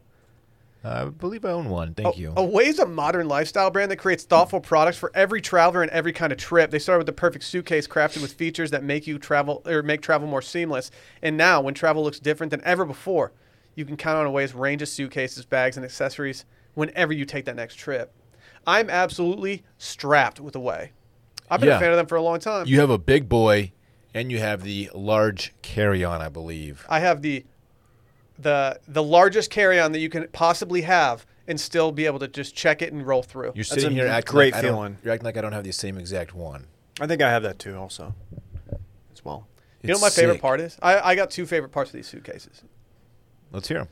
I believe I own one.
Oh,
Thank
A-
you.
Away is a modern lifestyle brand that creates thoughtful products for every traveler and every kind of trip. They started with the perfect suitcase crafted with features that make you travel or make travel more seamless. And now, when travel looks different than ever before, you can count on Away's range of suitcases, bags, and accessories whenever you take that next trip. I'm absolutely strapped with Away. I've been
Yeah.
a fan of them for a long time.
You have a big boy, and you have the large carry-on, I believe.
I have the the the largest carry on that you can possibly have and still be able to just check it and roll through.
You're
That's
sitting
a
here acting
great
like I don't-
feeling.
You're acting like I don't have the same exact one.
I think I have that too, also. As well.
you know
It's
what my favorite
sick.
part is? I, I got two favorite parts of these suitcases.
Let's hear him.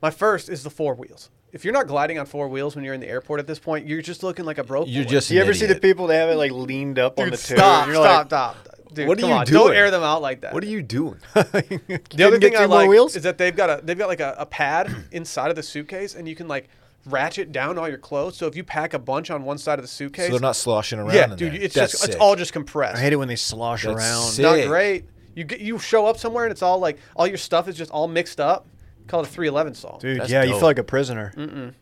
My first is the four wheels. If you're not gliding on four wheels when you're in the airport at this point, you're just looking like a broke.
You're
boy. [laughs]
just.
Do you
an
ever see the
idiot.
people that have it like leaned up on
dude.
the tube?
stop,
You're
stop,
like,
stop, Dude,
What are
come
you
on, Don't
doing?
air them out like that.
What are you doing?
The other
Didn't get
thing I
two more
like
wheels?
is that they've got a they've got like a, a pad [clears throat] inside of the suitcase, and you can like ratchet down all your clothes. So if you pack a bunch on one side of the suitcase,
so they're not sloshing around.
Yeah,
in
dude,
there.
it's
That's
just it's
sick.
all just compressed.
I hate it when they slosh
That's
around.
it's not
sick.
great. You get, you show up somewhere and it's all like all your stuff is just all mixed up. Call it a 311 song. Dude.
Dude,
That's
yeah, you
dope.
feel like a prisoner.
Mm.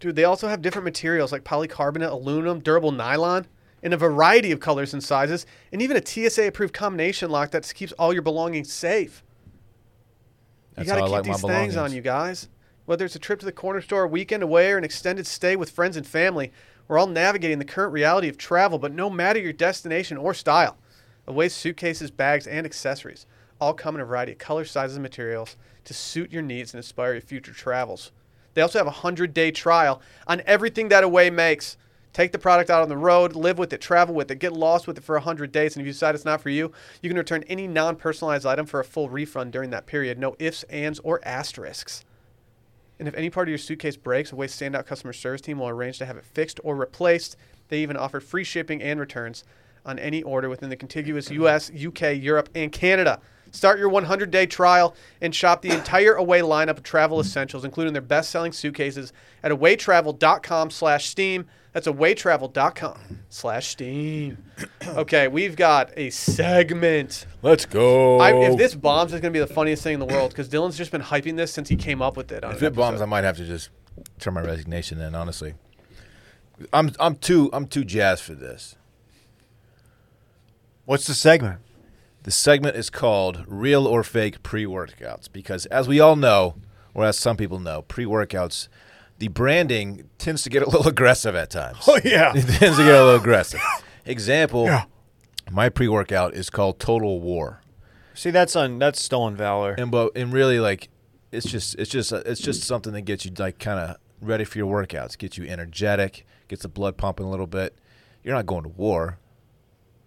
they also have different materials like polycarbonate, aluminum, durable nylon, in a variety of colors and sizes, and even a TSA approved combination lock that keeps all your belongings safe.
That's
you got to
how I
keep
like my
these things on
belongings.
you guys. Whether it's a trip to the corner store, a weekend away, or an extended stay with friends and family, we're all navigating the current reality of travel, but no matter your destination or style, away suitcases, bags, and accessories all come in a variety of colors, sizes, and materials to suit your needs and inspire your future travels. They also have a 100 day trial on everything that Away makes. Take the product out on the road, live with it, travel with it, get lost with it for 100 days, and if you decide it's not for you, you can return any non personalized item for a full refund during that period. No ifs, ands, or asterisks. And if any part of your suitcase breaks, Away's standout customer service team will arrange to have it fixed or replaced. They even offer free shipping and returns on any order within the contiguous U.S., U.K., Europe, and Canada. Start your 100 day trial and shop the entire Away lineup of travel essentials, including their best selling suitcases, at awaytravel.com slash steam. That's awaytravel.com slash
[coughs]
steam. Okay, we've got a segment.
Let's go.
I, if this bombs, it's going to be the funniest thing in the world because Dylan's just been hyping this since he came up with it. On
If
an
it bombs,
episode.
I might have to just turn my resignation in. Honestly, I'm I'm too I'm too jazzed for this.
What's the segment?
The segment is called Real or Fake Pre Workouts because, as we all know, or as some people know, pre workouts, the branding tends to get a little [laughs] aggressive at times.
Oh, yeah.
It tends to get a little [laughs] aggressive.
[laughs]
Example
Yeah.
my pre workout is called Total War.
See, that's on that's stolen valor.
And, but, and really, like, it's just it's just it's just something that gets you like kind of ready for your workouts, gets you energetic, gets the blood pumping a little bit. You're not going to war,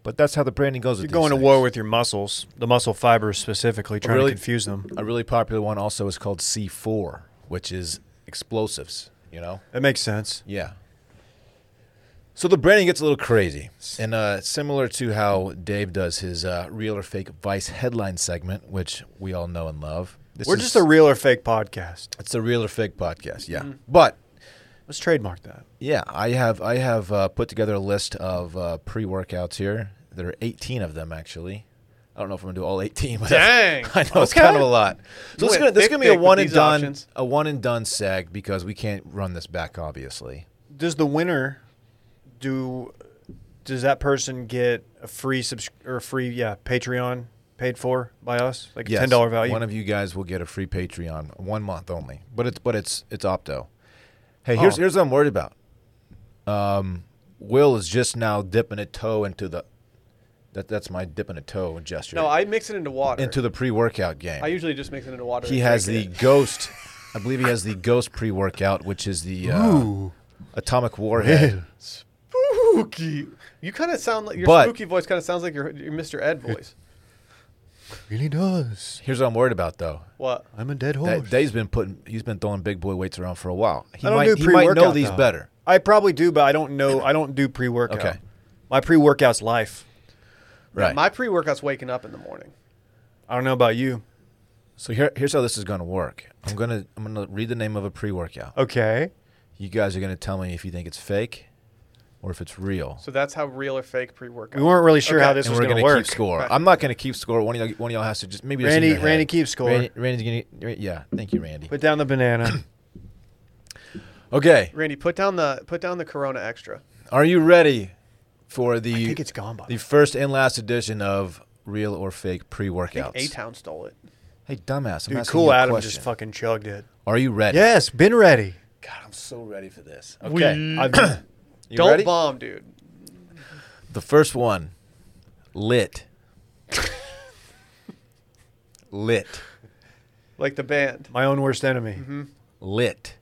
but that's how the branding goes.
You're going to war with your muscles, the muscle fibers specifically, trying
Oh, Really?
to confuse them.
A really popular one also is called C4, which is explosives, you know?
That makes sense.
Yeah. So the branding gets a little crazy. And uh, similar to how Dave does his uh, real or fake Vice headline segment, which we all know and love. This
We're
is-
just a Mm-hmm. real or fake podcast.
It's a real or fake podcast, yeah. But
Let's trademark that.
yeah, I have I have uh, put together a list of uh, pre workouts here. There are 18 of them actually. I don't know if I'm gonna do all 18. But [laughs]
Dang.
I know it's kind of a lot. So
You
this is
went
gonna, this is
thick,
gonna be a
thick with
one and
these
done,
options.
a one and done seg because we can't run this back, obviously.
Does the winner do? Does that person get a free subs or a free yeah Patreon paid for by us like a
Yes,
ten dollar value?
One of you guys will get a free Patreon, one month only, but it's but it's it's opto. Hey, here's
Oh.
here's what I'm worried about. Um, Will is just now dipping a toe into the that that's my dipping a toe gesture
No, I mix it into water.
into the pre-workout game.
I usually just mix it into water.
he
and
has the
drink it.
ghost. I believe he has the ghost pre-workout, which is the uh, atomic warhead.
spooky. You kind of sound like your
But-
spooky voice kind of sounds like your, your Mr. Ed voice.
Really does.
Here's what I'm worried about, though.
What?
I'm a dead horse.
That, Dave's been putting, he's been throwing big boy weights around for a while. He
I don't
might,
do
he might know
pre-workout,
these
though.
better.
I probably do, but I don't know. I don't do pre workout.
Okay.
My pre workout's life.
Right.
My pre workout's waking up in the morning.
I don't know about you.
so here, here's how this is gonna work. I'm gonna, I'm gonna read the name of a pre-workout.
Okay.
You guys are gonna tell me if you think it's fake, or if it's real.
So that's how real or fake pre
We
workout.
weren't really sure how
Okay.
this
and
was
we're
going to
gonna
work.
keep score.
Right.
I'm not gonna keep score. One of y'all, one of y'all has to just maybe. just in
Randy-
their head.
Randy keeps score.
Randy, Randy's gonna, Ra- yeah. Thank you, Randy.
Put down the
[coughs]
banana.
Okay,
Randy, put down the put down the Corona extra.
are you ready for the
I think it's gone by.
the first and last edition of real or fake
I think
pre-workouts?
A Town stole it.
Hey, dumbass! I'm
Dude,
asking
cool
you a
Adam
question.
just fucking chugged it.
Are you ready?
Yes, been ready.
God, I'm so ready for this. Okay.
I've-
You
Don't
ready?
bomb, dude.
The first one, lit. lit.
Like the band.
[coughs] my own worst enemy.
Lit.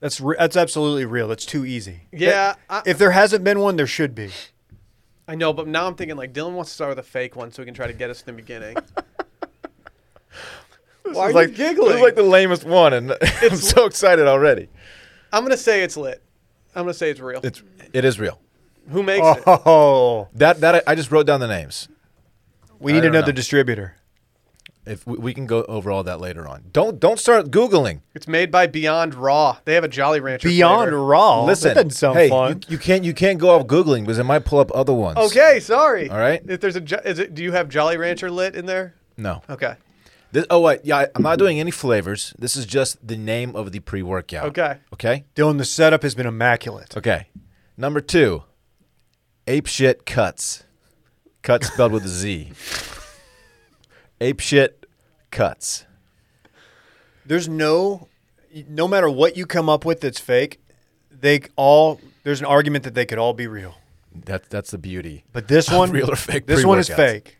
That's re- that's absolutely real. That's too easy.
Yeah, I,
If there hasn't been one, there should be.
I know, but now I'm thinking like Dylan wants to start with a fake one so he can try to get us in the
[laughs]
beginning. Why are you giggling?
This is like the lamest one, and [laughs] I'm so excited already.
I'm gonna say it's lit. I'm gonna say it's real.
It's it is real.
Who makes it?
Oh,
That that I, I just wrote down the names.
we
I
need
don't
another
know.
distributor.
If we, we can go over all that later on. Don't don't start googling.
It's made by Beyond Raw. They have a Jolly Rancher.
Beyond
flavor.
Raw.
Listen,
that doesn't sound
hey,
fun.
You, you can't you can't go off googling because it might pull up other ones.
Okay, sorry.
All right.
If there's a, jo- is it? Do you have Jolly Rancher lit in there?
No.
Okay.
This, oh wait, yeah, I, I'm not doing any flavors. This is just the name of the pre-workout.
Okay.
Okay.
Dylan, the setup has been immaculate.
Okay. Number two, ape shit cuts. Cuts spelled with
[laughs]
a Z. ape shit cuts.
There's no, no matter what you come up with that's fake, they c- all there's an argument that they could all be real.
That that's the beauty.
But
[laughs]
this one,
Real or fake
This one is
pre-workouts.
fake.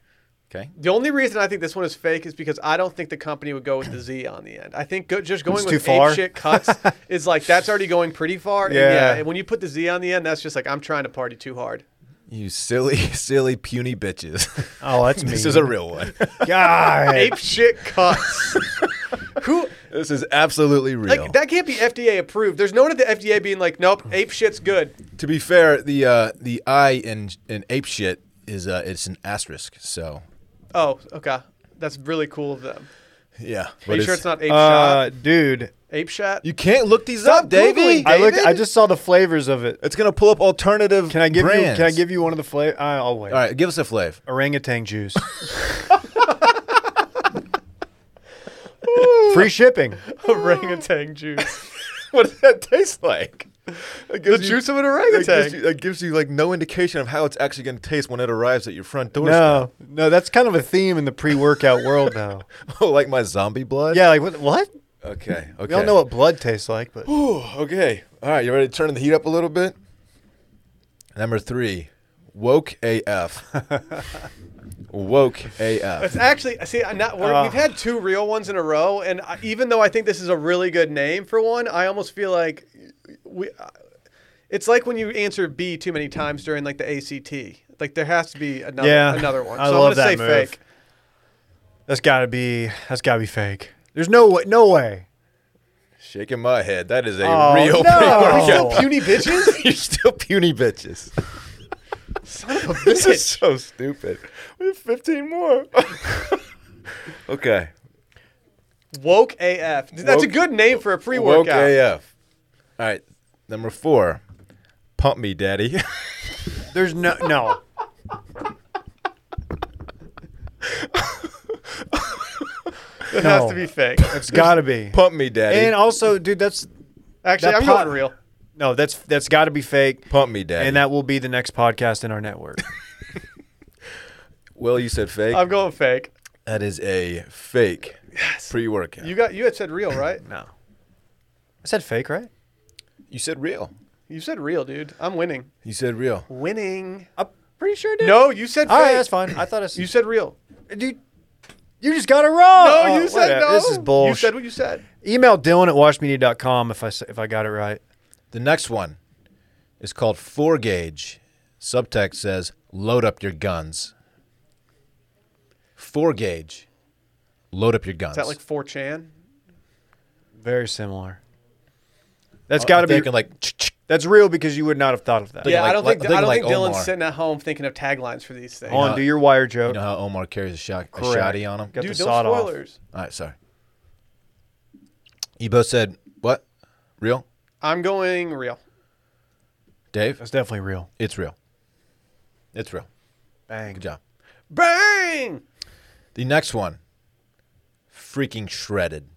Okay.
The only reason I think this one is fake is because I don't think the company would go with the Z on the end. I think go, just going
It's
with
too far.
ape shit
[laughs]
cuts is like that's already going pretty far. And
Yeah.
yeah. And when you put the Z on the end, that's just like I'm trying to party too hard.
You silly, [laughs] silly, puny bitches. [laughs]
[laughs] Oh, that's
this is a real one.
[laughs] God. [laughs]
Ape shit cuts. Who?
This is absolutely real.
Like that can't be FDA approved. There's no one at the FDA being like, nope, ape shit's good.
to be fair, the uh, the I in in ape shit is uh, it's an asterisk. So
Oh, okay, that's really cool of them.
yeah,
Are
but
you sure it's not ape shot?
Uh, dude,
Ape shot.
You can't look these
Stop
up, Davey.
Googling,
I looked.
David?
I just saw the flavors of it.
It's gonna pull up alternative.
Can I give
brands.
you? Can I give you one of the flavor? I'll wait.
All right, give us a flavor.
Orangutan juice. Free shipping.
[laughs] orangutan juice.
[laughs] what does that taste [laughs] like? That
the
gives you-
juice of an
that gives, you,
orangutan.
that gives you like no indication of how it's actually going to taste when it arrives at your front door.
No, no, that's kind of a theme in the pre-workout
[laughs]
world now.
oh, [laughs] like my zombie blood.
Yeah, like what? What?
Okay. Okay.
We all know what blood tastes like, but
Ooh, okay. All right. You ready to turn the heat up a little bit? Number three, woke AF. [laughs] woke
It's
AF.
actually see. I'm not. We're, we've had two real ones in a row, and I, even though I think this is a really good name for one, I almost feel like we. uh, It's like when you answer B too many times during like the ACT. Like there has to be another
Yeah,
another one.
I
so
love
I'm gonna
that
say
move.
fake.
that's gotta be that's gotta be fake. There's no way. No way.
Shaking my head. That is a
Oh,
real
no.
pre-workout.
We still
Puny bitches. [laughs]
You're still puny [laughs] bitches. [laughs] this is so stupid. We have 15 more. [laughs] okay.
Woke AF. Dude, That's a
Woke-
good name for a
Woke
pre-workout.
AF. All right. Number four. Pump me, daddy. [laughs]
There's no no.
It has
No.
to be fake.
It's gotta be.
Pump me, daddy.
And also, dude, that's
Actually,
That
I'm
pot-
going real.
no. That's that's gotta be fake.
Pump me, daddy.
And that will be the next podcast in
[laughs]
our network.
Well, you said fake.
I'm going fake.
that is a fake pre-workout.
You
You,
got you had said real, right?
No. I said fake, right?
said real.
You said real, dude. I'm winning.
You said real.
Winning.
I'm pretty sure I did.
No, you said fake.
All right, that's fine. I thought I
You
said.
said real.
Dude, you just got it wrong.
No,
Oh,
you said
whatever.
no.
This is
You said
bullshit.
what you said.
Email Dylan at washmedia.com if I s- if I got it right.
The next one is called four gauge. Subtext says, "Load up your guns." Four gauge. Load up your guns.
Is that like 4chan?
Very similar. That's
I'm
got to be
thinking like. ch-ch.
that's real because you would not have thought of that.
Yeah, I
like-
don't
like-
think I don't
like
think Dylan's
Omar.
sitting at home thinking of taglines for these things.
On
know-
do your wire joke.
You know how Omar carries a shot, a
Correct.
shotty on him.
Got
Dude,
the
no
sawed off.
spoilers.
All right, sorry. Ebo said, "What? Real,
I'm going real.
Dave?
That's definitely real.
It's real. It's real.
Bang.
Good job."
Bang!
The next one, freaking shredded.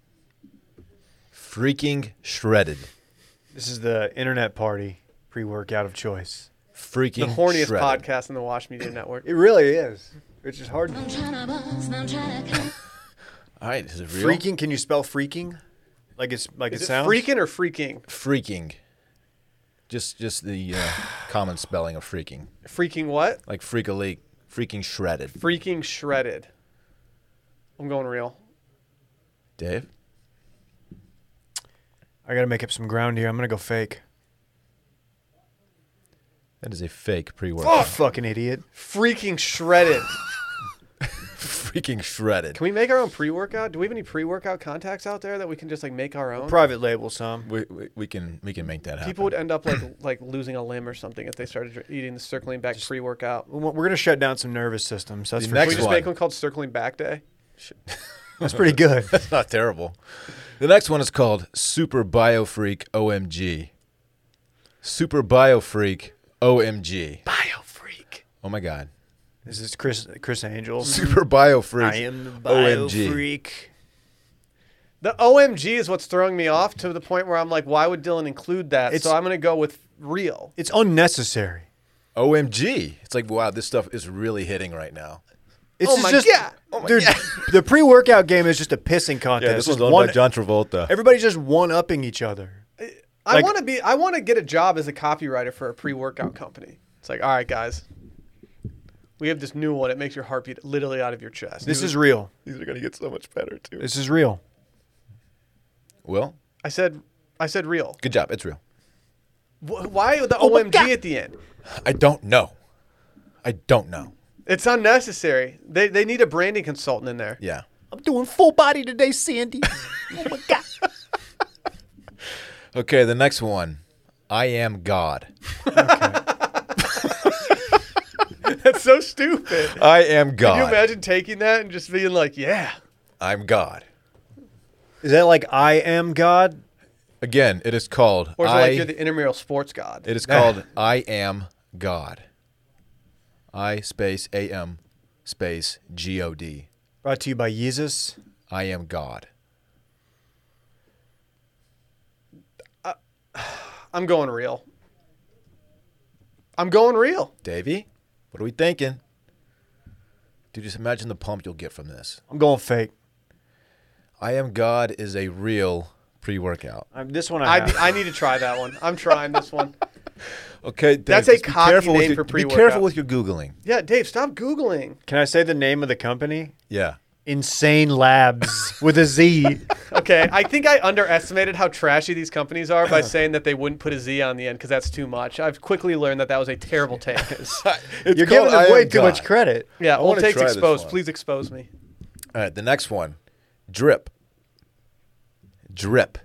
Freaking shredded.
This is the internet party pre-workout of choice.
Freaking
The horniest
shredded.
podcast in the Wash Media Network.
It really is. It's just hard.
I'm trying to bust, I'm trying to cut.
All right, is it real?
Freaking? Can you spell freaking? Like it's like
Is
it
it
sounds.
freaking or freaking?
Freaking. Just, just the uh, common spelling of freaking,
Freaking what?
like freak a leak, freaking shredded.
Freaking shredded. I'm going real.
Dave,
I gotta make up some ground here. I'm gonna go fake.
that is a fake pre-workout.
Oh, fucking idiot.
Freaking
[laughs]
shredded.
[laughs] Freaking shredded.
Can we make our own pre-workout? Do we have any pre-workout contacts out there that we can just like make our own?
Private label some.
We, we, we can, we can make that happen.
People would end up like like losing a limb or something if they started dr- eating the circling back pre-workout.
We're we're gonna shut down some nervous systems. That's
The
for
next
Can we
sure.
just make
one.
one called circling back day?
That's pretty
[laughs]
good.
That's not terrible. The next one is called Super Biofreak OMG. Super Biofreak OMG.
Biofreak.
Oh my God.
this is Chris Chris Angel.
[laughs] Super Biofreak.
freak.
The OMG is what's throwing me off to the point where I'm like, why would Dylan include that?
It's-
so I'm gonna go with real.
It's unnecessary.
OMG. It's like, wow, this stuff is really hitting right now.
It's
Oh
just-
my
just,
God. Oh my
dude. [laughs] the pre-workout game is just a pissing contest. It's one,
Travolta.
Everybody's just one upping each other.
I
Like-
want to be. I want to get a job as a copywriter for a pre-workout company. It's like, all right, guys, we have this new one. It makes your heart beat literally out of your chest.
This is real.
These are going to get so much better, too.
This is real.
Well,
I said. I said real.
good job. It's real.
Wh- Why the
my
OMG
God.
at the end?
I don't know. I don't know.
It's unnecessary. They, they need a branding consultant in there.
Yeah.
[laughs] I'm doing full body today, Sandy. oh my god.
Okay, the next one. I am God.
That's so stupid.
Oh, I am God.
Can you imagine taking that and just being like, yeah.
I'm God.
Is that like I am God?
Again, it is called
Or is it
I
like you're the intramural sports god?
It is called I am God. I space A M space G O D.
Brought to you by Jesus.
I am God.
I'm going real. I'm going real.
Davey, what are we thinking? Dude, just imagine the pump you'll get from this.
I'm going fake.
I am God is a real pre workout.
I'm, this one I,
I,
have.
I need to try that one. I'm trying this one.
Okay, Dave,
That's a
just be
cocky
careful with
name
your-
for
Be
pre-workout.
careful with your Googling.
Yeah, Dave, stop Googling.
Can I say the name of the company?
Yeah.
Insane Labs with a Z.
Okay, I think I underestimated how trashy these companies are by saying that they wouldn't put a Z on the end because that's too much. I've quickly learned that that was a
[laughs]
terrible take.
You're giving them way too much credit.
Yeah, old
wanna
takes
try this
exposed.
one.
Please expose me.
All right, the next one. Drip. Drip.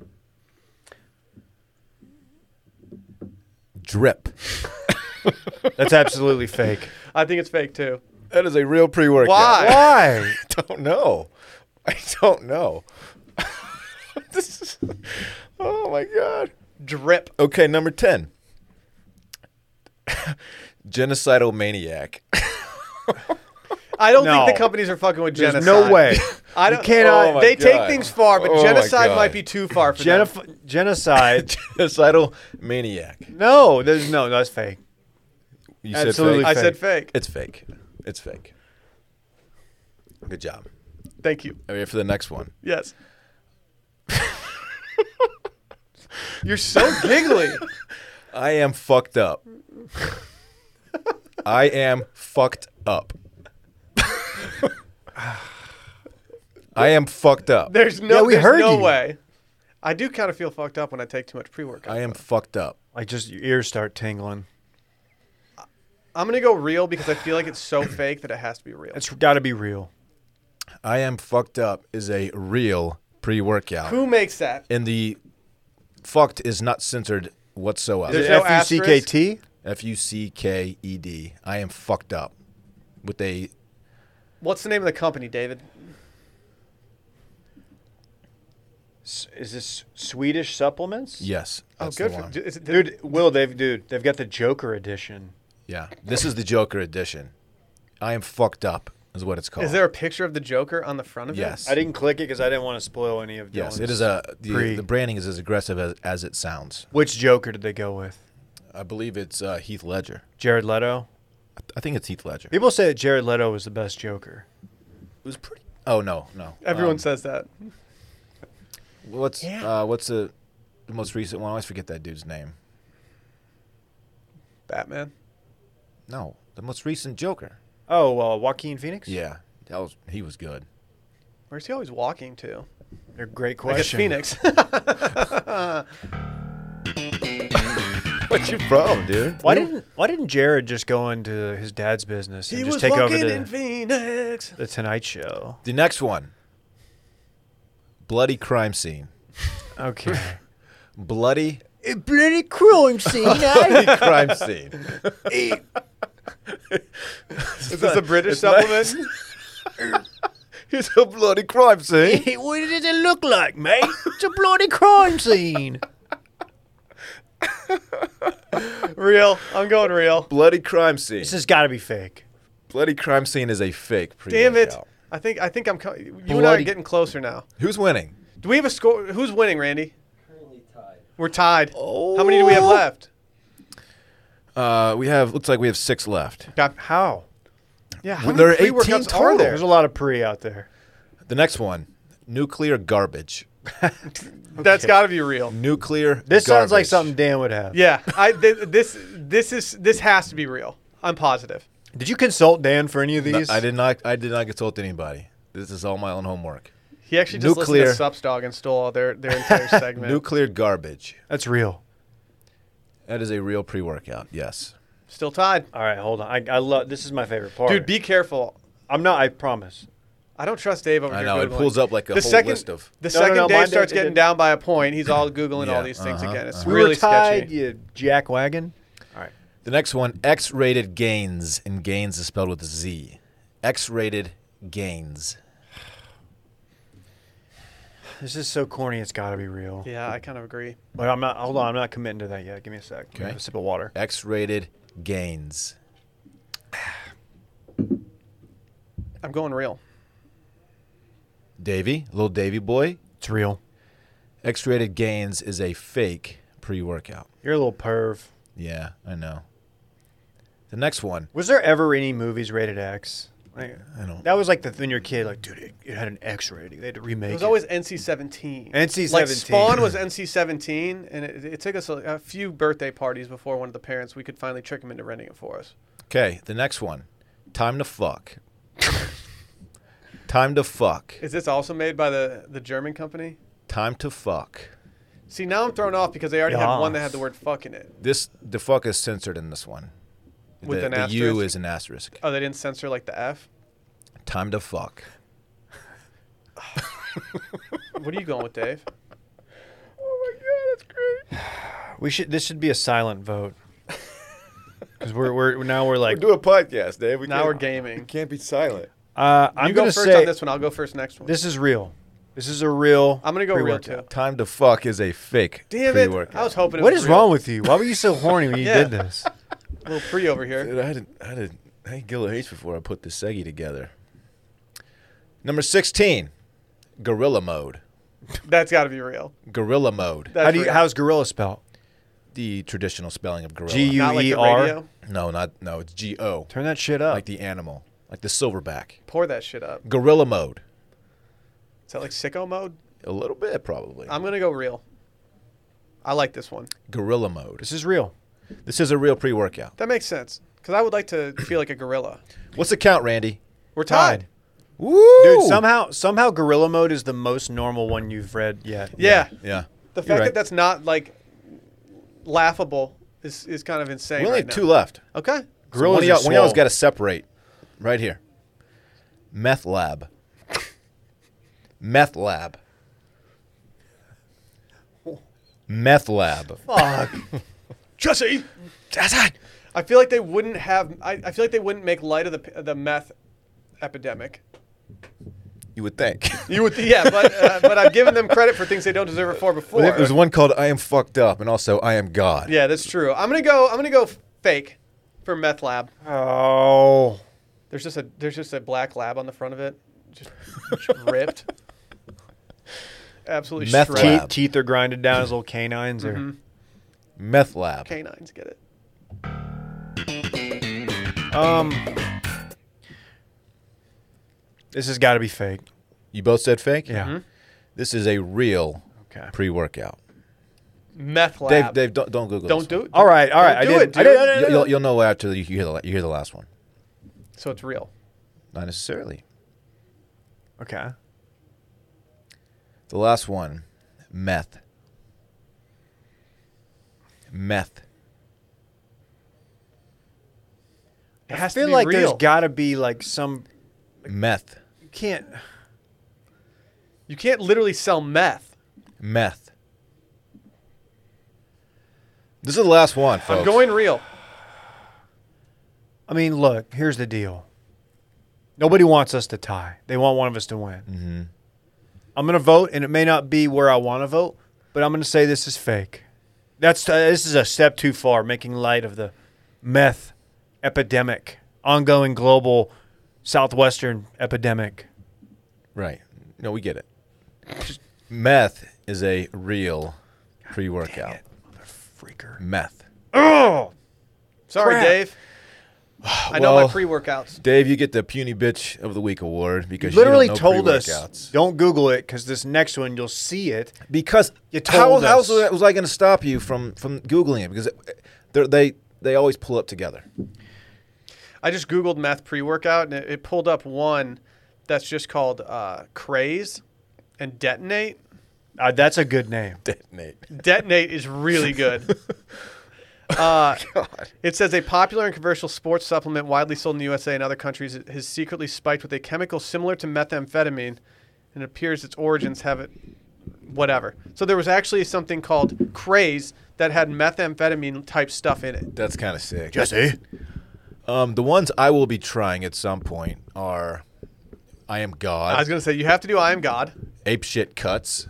Drip.
That's absolutely fake.
I think it's fake too.
That is a real pre workout.
Why?
Why?
[laughs] I don't know. I don't know. [laughs] this is, oh my god.
Drip.
Okay, number 10. [laughs] Genocidal maniac. [laughs]
I don't think
No.
the companies are fucking with
There's
genocide.
no
[laughs]
way.
I don't.
You cannot-
Oh my
they take
God.
things far, but
Oh my
genocide
God.
might be too far for them.
Genif-
[laughs]
genocide.
Genocidal maniac.
no, there's no, that's fake.
You
Absolutely
I
said
said fake.
fake. It's fake. It's fake. Good job.
Thank you.
Are you ready for the next one?
Yes. You're so giggly.
I am fucked up. [laughs] I am fucked up. [laughs] I am fucked up.
There's no.
Yeah, we
there's
heard
no
you.
way. I do kind of feel fucked up when I take too much pre-workout.
I am fucked up.
Like just your ears start tingling.
I'm gonna go real because I feel like it's so fake that it has to be real.
It's got to be real.
I am fucked up is a real pre-workout.
Who makes that?
And the fucked is not censored
There's
whatsoever.
no
F-U-C-K-T?
F U C K E D. I am fucked up with a
What's the name of the company, David?
S- Is this Swedish supplements?
yes. that's
oh,
the
good. For,
one.
is it-
Dude, Will, they've dude, they've got the Joker edition.
Yeah. This is the Joker edition. I am fucked up is what it's called.
is there a picture of the Joker on the front of it?
Yes.
I didn't click it because I didn't want to spoil any of
Yes,
Dylan's.
it is a the,
Pre-
the branding is as aggressive as, as it sounds.
Which Joker did they go with?
I believe it's uh, Heath Ledger.
Jared Leto?
I think it's Heath Ledger. It
People say that Jared Leto was the best Joker.
was pretty. Oh no, no.
Everyone
Um,
says that.
what's uh, what's the, the most recent one? I always forget that dude's name.
Batman.
No, the most recent Joker.
Oh, uh, Joaquin Phoenix?
Yeah, that was he was good.
Where's he always walking to?
They're great
I guess
question.
Phoenix.
What's your problem, dude?
Why didn't Why didn't Jared just go into his dad's business
[laughs]
and
he
just
was
take over
walking
the,
in Phoenix.
the
[laughs]
Tonight Show?
The next one, bloody crime scene.
Okay.
[laughs]
Bloody
A bloody crime scene. I
crime scene.
[laughs] Is this a British [laughs] supplement?
It's a bloody crime scene.
[laughs]
what does it look
[laughs]
like, mate? It's a bloody crime scene.
real. I'm going real.
Bloody crime scene.
this has got to be fake.
Bloody crime scene is a fake.
Damn it.
pre-workout.
I think I think I'm. Co- you and I are
Bloody-
getting closer now.
Who's winning?
Do we have a score? Who's winning, Randy? We're tied. How many do
Oh.
we have left?
Uh, we have looks like we have six left.
God,
How?
yeah. How
Well,
many
there are 18
pre-workouts
total.
there?
There's a lot of pre out there.
The next one, nuclear garbage.
That's got to be real.
Nuclear.
This sounds like
garbage.
something Dan would have.
Yeah, I th- this this is this has to be real. I'm positive.
Did you consult Dan for any of
No,
these?
I did not. I did not consult anybody. This is all my own homework.
He actually just
Nuclear.
listened to Supsdog and stole all their their
[laughs]
entire segment.
Nuclear garbage.
That's real.
That is a real pre-workout. Yes.
Still tied,
All right, hold on. I, I love. This is my favorite part.
dude. Be careful.
I'm not. I promise.
I I don't trust Dave over
I
here.
know, it
Googling.
pulls up, like, a
the
whole
second,
list of-
The
No, no,
second
no, mine
Dave
did-
starts
it
getting
didn't.
down by a point, he's all Googling
Yeah,
all these things
uh-huh,
again. It's
We
really
were tied,
sketchy.
you jack wagon. All right.
The next one, X-rated gains, and gains is spelled with a Z. X-rated gains.
This is so corny. It's got to be real.
Yeah, I kind of agree.
But I'm not. Hold on. I'm not committing to that yet. Give me a sec.
Okay.
Have a sip of water.
X-rated gains.
I'm going real.
Davy, little Davy boy.
It's real.
X-rated gains is a fake pre-workout.
You're a little perv.
Yeah, I know. The next one.
Was there ever any movies rated X? Like,
I don't.
that was like the when you're a kid, like dude, it, it had an X rating. They had to remake.
It was always NC-17. Like
NC-17.
Spawn was NC-17, and it, it took us a, a few birthday parties before one of the parents we could finally trick him into renting it for us.
Okay, the next one. Time to fuck. [laughs] Time to fuck.
Is this also made by the the German company?
Time to fuck.
See, now I'm thrown off because they already had one that had the
Yes.
word "fuck" in it.
This the fuck is censored in this one.
With
the,
an
the U
asterisk?
is an asterisk.
Oh, they didn't censor like the F.
Time to fuck.
What are you going with, Dave?
We should. This should be a silent
[laughs]
vote. Because we're, we're now we're like.
a podcast, Dave. We
Now we're gaming.
can't be silent.
Uh, [laughs] I'm
you go
gonna
first
say
on this one. I'll go first next one.
This is real. This is a real.
I'm gonna go real too.
pre-workout.
Time to fuck is a fake.
Damn it! I was hoping. It
What
was
is
real.
wrong with you? Why were you so horny
[laughs]
when you
Yeah.
did this?
little pre over here?
[laughs]
Dude, I had a, I had a, I had Gila H before I put this Segi together. Number sixteen, gorilla mode.
That's got to be real.
Gorilla mode.
That's
How do you,
real.
how's gorilla spelled?
the traditional spelling of gorilla.
G U
Not like
E
the
R.
radio.
No, not no. It's G O.
Turn that shit up.
Like the animal, like the silverback.
Pour that shit up.
Gorilla mode.
Is that like sicko mode?
A little bit probably.
I'm gonna go real. I like this one.
gorilla mode.
this is real.
This is a real pre-workout.
That makes sense because I would like to feel like a gorilla.
What's the count, Randy?
We're tied.
Woo!
Dude, somehow somehow gorilla mode is the most normal one you've read yet.
Yeah.
Yeah.
The fact
You're
that
right.
that's not like laughable is is kind of insane.
we only
right
have two
now.
left.
Okay.
Gorillas
Gorilla. one of
are
y'all- one of y'all's
swole.
got to separate. Right here. Meth lab. Meth lab. Meth lab.
Jesse. I feel like they wouldn't have. I, I feel like they wouldn't make light of the the meth epidemic.
You would [laughs] think.
You would, yeah, but uh, but I've given them credit for things they don't deserve it for before.
There's one called "I am fucked up" and also "I am God."
Yeah, that's true. I'm gonna go. I'm gonna go fake for meth lab.
Oh.
There's just a there's just a black lab on the front of it, just ripped.
[laughs]
Absolutely
Meth
shredded.
lab.
Teeth, teeth are grinded down as little canines. Or
Mm-hmm.
Meth lab.
Canines get it.
this has got to be fake.
You both said fake.
Yeah.
Mm-hmm.
This is a real
Okay.
pre-workout.
Meth
Dave,
lab.
Dave, don't, don't Google.
don't
this
do
one.
it.
All right, all right, I
Don't do
did-
it,
I did-
dude.
I did-
You'll, you'll, you'll know after you hear the la- you hear the last one.
So it's real.
Not necessarily.
Okay.
The last one, meth. Meth.
It has
I feel
to be
like
real.
there's got to be like some.
Meth.
You can't.
you can't literally sell meth.
Meth. This is the last one, folks.
I'm going real.
I mean, look. Here's the deal. Nobody wants us to tie. They want one of us to win. Mm-hmm. I'm gonna vote, and it may not be where I want to vote, but I'm gonna say this is fake. That's uh, this is a step too far, making light of the meth epidemic, ongoing global southwestern epidemic.
Right. No, we get it. meth is a real pre-workout.
Freaker.
Meth.
Oh,
Sorry,
Crap. [sighs]
Dave. I know
Well,
my pre-workouts.
Dave, you get the puny bitch of the week award because
literally
you don't know
told us
pre-workouts.
don't Google it because this next one you'll see it.
because
You
how,
told
how
us.
was I going to stop you from from googling it? Because they're- they they always pull up together.
I just googled meth pre-workout and it, it pulled up one that's just called uh, Craze and Detonate.
Uh, that's a good name.
[laughs] Detonate.
[laughs]
Detonate is really good. Uh, It says a popular and commercial sports supplement widely sold in the USA and other countries is secretly spiked with a chemical similar to methamphetamine, and it appears its origins have it, whatever. So there was actually something called craze that had methamphetamine type stuff in it.
That's kind of sick.
Jesse.
Um, the ones I will be trying at some point are I Am God,
I was gonna say you have to do I am God.
Ape Shit Cuts,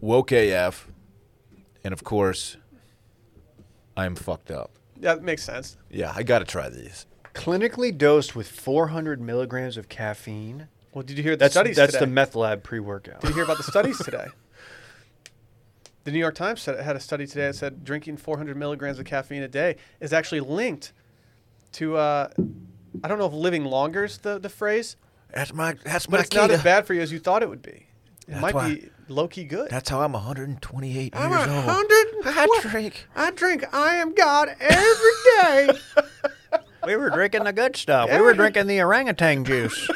Woke AF, and of course, I Am Fucked Up.
Yeah, that makes sense.
Yeah, I got to try these.
Clinically dosed with 400 milligrams of caffeine.
Well, did you hear the
That's
studies
that's
today?
the meth lab pre-workout.
did you hear about the studies today? The New York Times said, had a study today that said drinking 400 milligrams of caffeine a day is actually linked to, uh, I don't know if living longer is the, the phrase,
That's my that's
but it's not as bad for you as you thought it would be. It
That's
might
why-
be low key good.
That's how I'm 128
I'm
years
a
old.
hundred and
I
twen-
drink.
I drink I am God every day.
[laughs]
[laughs]
we were drinking the good stuff.
We were drinking
the orangutan [laughs] juice.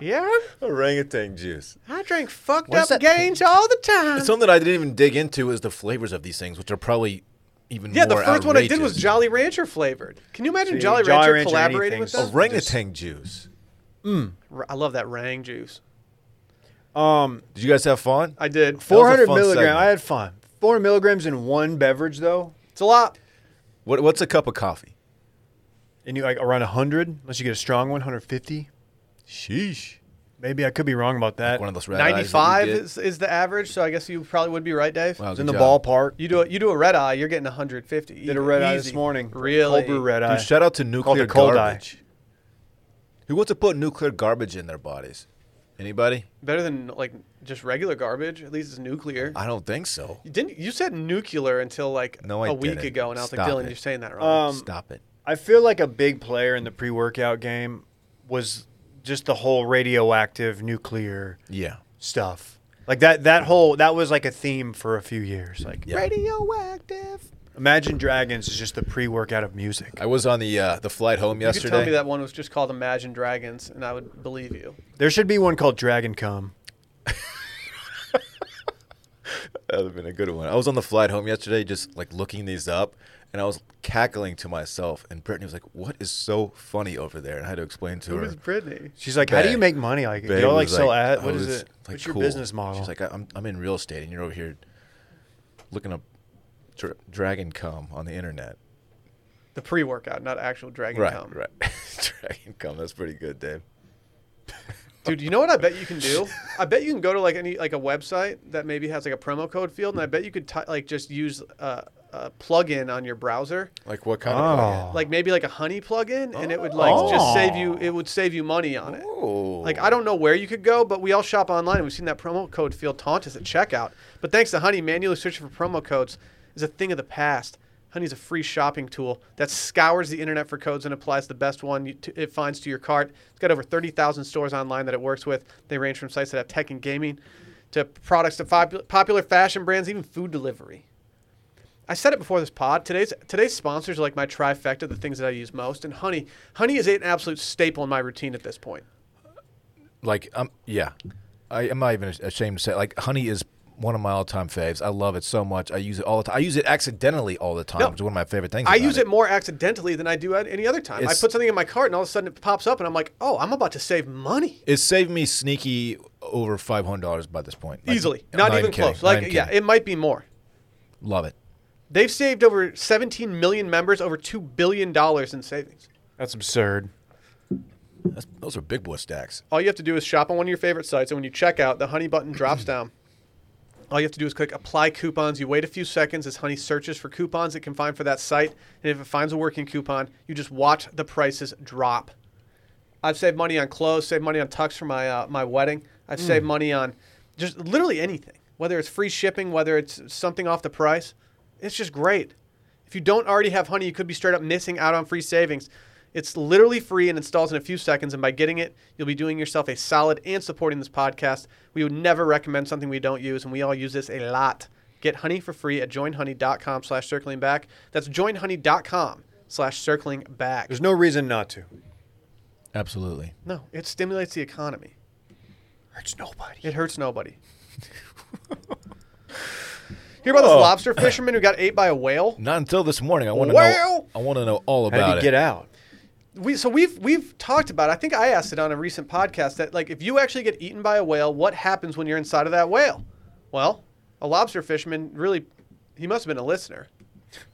yeah,
Orangutan juice.
I drink fucked
What is
up
that?
gains all the time.
Something that I didn't even dig into is the flavors of these things, which are probably even
yeah, the
more
first one I did was
outrageous.
Jolly Rancher flavored. Can you imagine
See,
Jolly,
Jolly
Rancher,
Rancher
collaborating with
anything's
that?
orangutan juice.
R- I love that Rang juice.
Um,
Did you guys have fun?
I did.
Four- That was a
400
fun
milligrams.
segment.
I had fun. 400 milligrams in one beverage though,
It's a lot.
What, what's a cup of coffee?
and you like around 100 unless you get a strong one, 150.
Sheesh.
Maybe I could be wrong about that.
One of those red eyes that you
95
get.
is, is the average, so I guess you probably would be right, Dave.
Wow,
It's
good
in the
job.
ballpark.
You do a, you do a red eye, you're getting 150.
Did a
Easy.
red eye this
Easy.
morning.
Really?
Cold brew red eye.
Dude, shout out to nuclear
it cold eye.
garbage. Who wants to put nuclear garbage in their bodies? Anybody?
Better than like just regular garbage. At least it's nuclear.
I don't think so.
You didn't you said nuclear until like
No,
a
I
week
didn't.
ago, and I was like,
Stop
Dylan,
it.
you're saying that wrong.
Um,
Stop it.
I feel like a big player in the pre-workout game was just the whole radioactive nuclear
Yeah.
stuff. Like that that whole that was like a theme for a few years. Like
Yeah.
Radioactive.
Imagine Dragons is just the pre-workout of music.
I was on the uh, the flight home
You could tell
yesterday.
me that one was just called Imagine Dragons, and I would believe you.
There should be one called Dragon Come.
That would have been a good one. I was on the flight home yesterday, just like looking these up, and I was cackling to myself. And Brittany was like, "What is so funny over there?" And I had to explain to
Who
her.
is Brittany?
She's like, how do
Bae.
you make money? Like,
Bae
you know, like
was
sell ad.
I
What is it?
was, like,
What's your
cool.
business model?
She's like, "I- I'm I'm in real estate, and you're over here looking up dra- Dragon Cum on the internet.
The pre-workout, not actual Dragon
Right, [laughs]
Cum.
right. Dragon Cum. That's pretty good, Dave.
Dude, you know what I bet you can do? I bet you can go to like any like a website that maybe has like a promo code field, and I bet you could ty like just use a, a plugin on your browser,
Like what kind
oh,
like maybe like a honey plugin, and it would like just save you. It would save you money on it.
of? Oh,
Like I don't know where you could go, but we all shop online. We've seen that promo code field taunt us at checkout. But thanks to Honey, manually searching for promo codes is a thing of the past. Honey's a free shopping tool that scours the internet for codes and applies the best one you- to- it finds to your cart. It's got over 30,000 stores online that it works with. They range from sites that have tech and gaming to products to popu- popular fashion brands, even food delivery. I said it before this pod. Today's today's sponsors are like my trifecta, the things that I use most. And honey, honey is an absolute staple in my routine at this point.
like um yeah i am not even ashamed to say like honey is one of my all-time faves i love it so much i use it all the time i use it accidentally all the time
No.
it's one of my favorite things
I
about
use it more accidentally than I do at any other time. I
It's-
put something in my cart and all of a sudden it pops up and I'm like, oh, I'm about to save money.
it saved me sneaky over $500 by this point Like,
Easily.
I'm
Not, even
kidding.
close.
Not
Like,
even
yeah,
kidding.
it might be more.
love it
They've saved over 17 million members, over $2 billion in savings.
that's absurd.
That's, those are big boy stacks
All you have to do is shop on one of your favorite sites, and when you check out, the Honey button
[clears throat]
drops down. All you have to do is click Apply Coupons. You wait a few seconds as Honey searches for coupons it can find for that site, and if it finds a working coupon, you just watch the prices drop. I've saved money on clothes, saved money on tux for my uh, my wedding. I've saved
Mm.
money on just literally anything, whether it's free shipping, whether it's something off the price. It's just great. If you don't already have Honey, you could be straight up missing out on free savings. It's literally free and installs in a few seconds, and by getting it, you'll be doing yourself a solid and supporting this podcast. We would never recommend something we don't use, and we all use this a lot. Get Honey for free at joinhoney.com slash circling back. That's joinhoney.com slash circling back.
There's no reason not to.
absolutely
No, it stimulates the economy. [laughs]
Hurts nobody.
It hurts nobody. Hear about
Oh.
this lobster fisherman who got ate by a whale?
Not until this morning. I want to
Well-
know. I want to know all
How
about
did he
it.
get out?
We so we've we've talked about. It. I think I asked it on a recent podcast that like if you actually get eaten by a whale, what happens when you're inside of that whale? Well, a lobster fisherman really, he must have been a listener.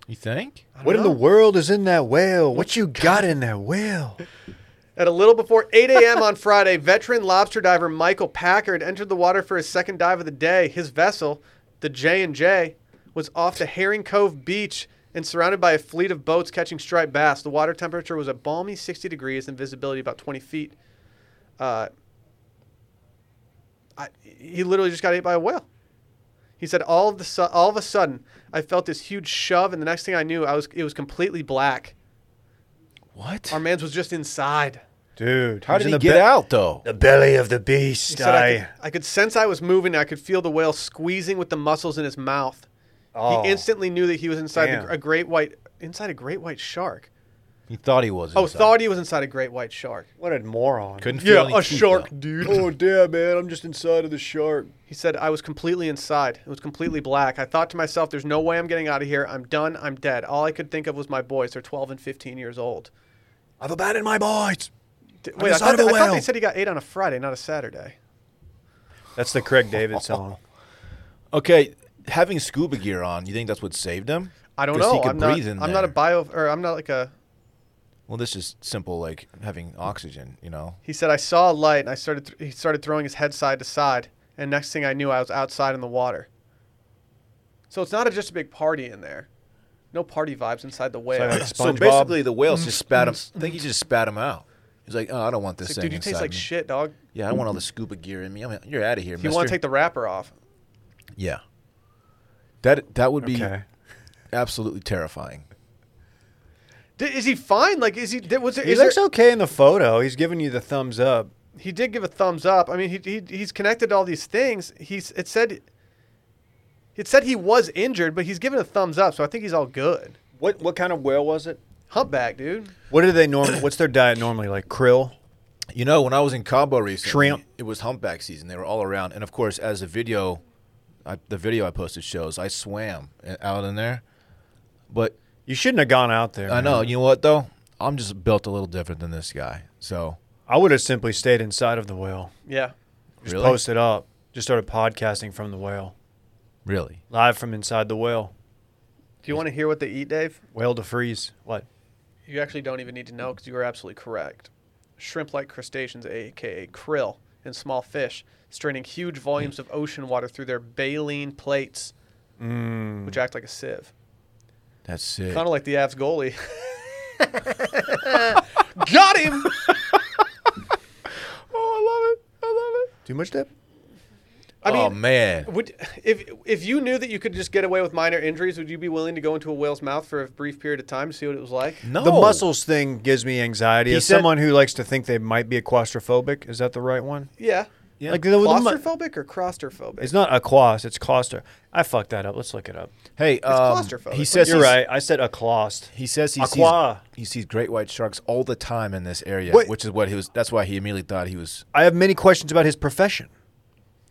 You think?
I don't
What in
know.
the world is in that whale? What you got in that whale?
At a little before 8 a.m. on Friday, veteran lobster diver Michael Packard entered the water for his second dive of the day. His vessel, the J&J, was off the Herring Cove Beach and surrounded by a fleet of boats catching striped bass. The water temperature was a balmy 60 degrees and visibility about 20 feet. Uh, I, he literally just got ate by a whale. He said, "All of the su- all of a sudden, I felt this huge shove, and the next thing I knew, I was it was completely black.
What?
Our man's was just inside."
Dude,
How
was
did
in the
he get
be-
out though?
The belly of the beast.
He said, I,
I,
could, I could sense I was moving. I could feel the whale squeezing with the muscles in his mouth.
Oh.
He instantly knew that he was inside
Damn.
the, a great white inside a great white shark.
He thought he was.
Oh,
inside.
thought he was inside a great white shark.
what a moron.
Couldn't feel any teeth, though.
dude.
oh, damn, man. I'm just inside of the shark.
He said I was completely inside. It was completely black. I thought to myself, "There's no way I'm getting out of here. I'm done. I'm dead." All I could think of was my boys. They're 12 and 15 years old.
I've abandoned my boys.
D-
I'm
Wait, I
inside
thought,
of a
I thought they
whale.
said he got eight on a Friday, not a Saturday.
That's the Craig David song.
Okay, having scuba gear on, you think that's what saved him?
I don't
'Cause
know.
He could
I'm not.
breathe in
I'm not a
there.
bio, or I'm not like a
well, this is simple, like having oxygen. You know,
He said, "I saw a light, and I started. he started throwing his head side to side, and next thing I knew, I was outside in the water. So it's not a, just a big party in there. No party vibes inside the whale.
like
It's
so
SpongeBob?
basically the whales just spat him. Mm, I think he just spat him out. He's like, oh, I don't want this
like,
thing
dude, you
inside
taste like
me.
shit, dog.
Yeah, I don't want all the scuba gear in me. I mean, you're out of here,
If
mister.
you want to take the wrapper off,
yeah, that that would be
Okay.
absolutely terrifying.
Di- is he fine? Like, is he? Did, was there,
[laughs] He
is
looks
there-
okay in the photo. He's giving you the thumbs up.
He did give a thumbs up. I mean, he, he he's connected to all these things. He's it said. It said he was injured, but he's given a thumbs up, so I think he's all good.
What what kind of whale was it?
Humpback, dude.
What do they normally? What's their diet normally? Like krill.
You know, when I was in Cabo recently,
Shrimp.
it was humpback season. They were all around, and of course, as the video, I, the video I posted shows, I swam uh, out in there. But
You shouldn't have gone out there.
I know,
man.
you know what though? I'm just built a little different than this guy. So
I would have simply stayed inside of the whale.
Yeah.
Just
really,
posted up. Just started podcasting from the whale,
really,
live from inside the whale.
Do you want to hear what they eat, Dave?
Whale to freeze. What?
You actually don't even need to know because you are absolutely correct. Shrimp like crustaceans, aka krill, and small fish, straining huge volumes of ocean water through their baleen plates,
Mm.
which act like a sieve.
that's it.
Kind of like the Avs goalie. [laughs] Got him!
oh, I love it. I love it.
Too much dip?
I
oh
mean,
man,
would, if, if you knew that you could just get away with minor injuries, would you be willing to go into a whale's mouth for a brief period of time to see what it was like?
no,
The muscles thing gives me anxiety.
He
As
said-
someone who likes to think they might be a claustrophobic, is that the right one?
Yeah.
Yeah.
Like the, the mu-
Claustrophobic or crostrophobic?
It's not a claust. It's claustro. I fucked that up. Let's look it up.
Hey, um,
claustrophobic.
he says
You're
he's-
right. I said a claust.
He says he sees,
Aqua.
he sees great white sharks all the time in this area,
Wait.
which is what he was. That's why he immediately thought he was.
I have many questions about his profession,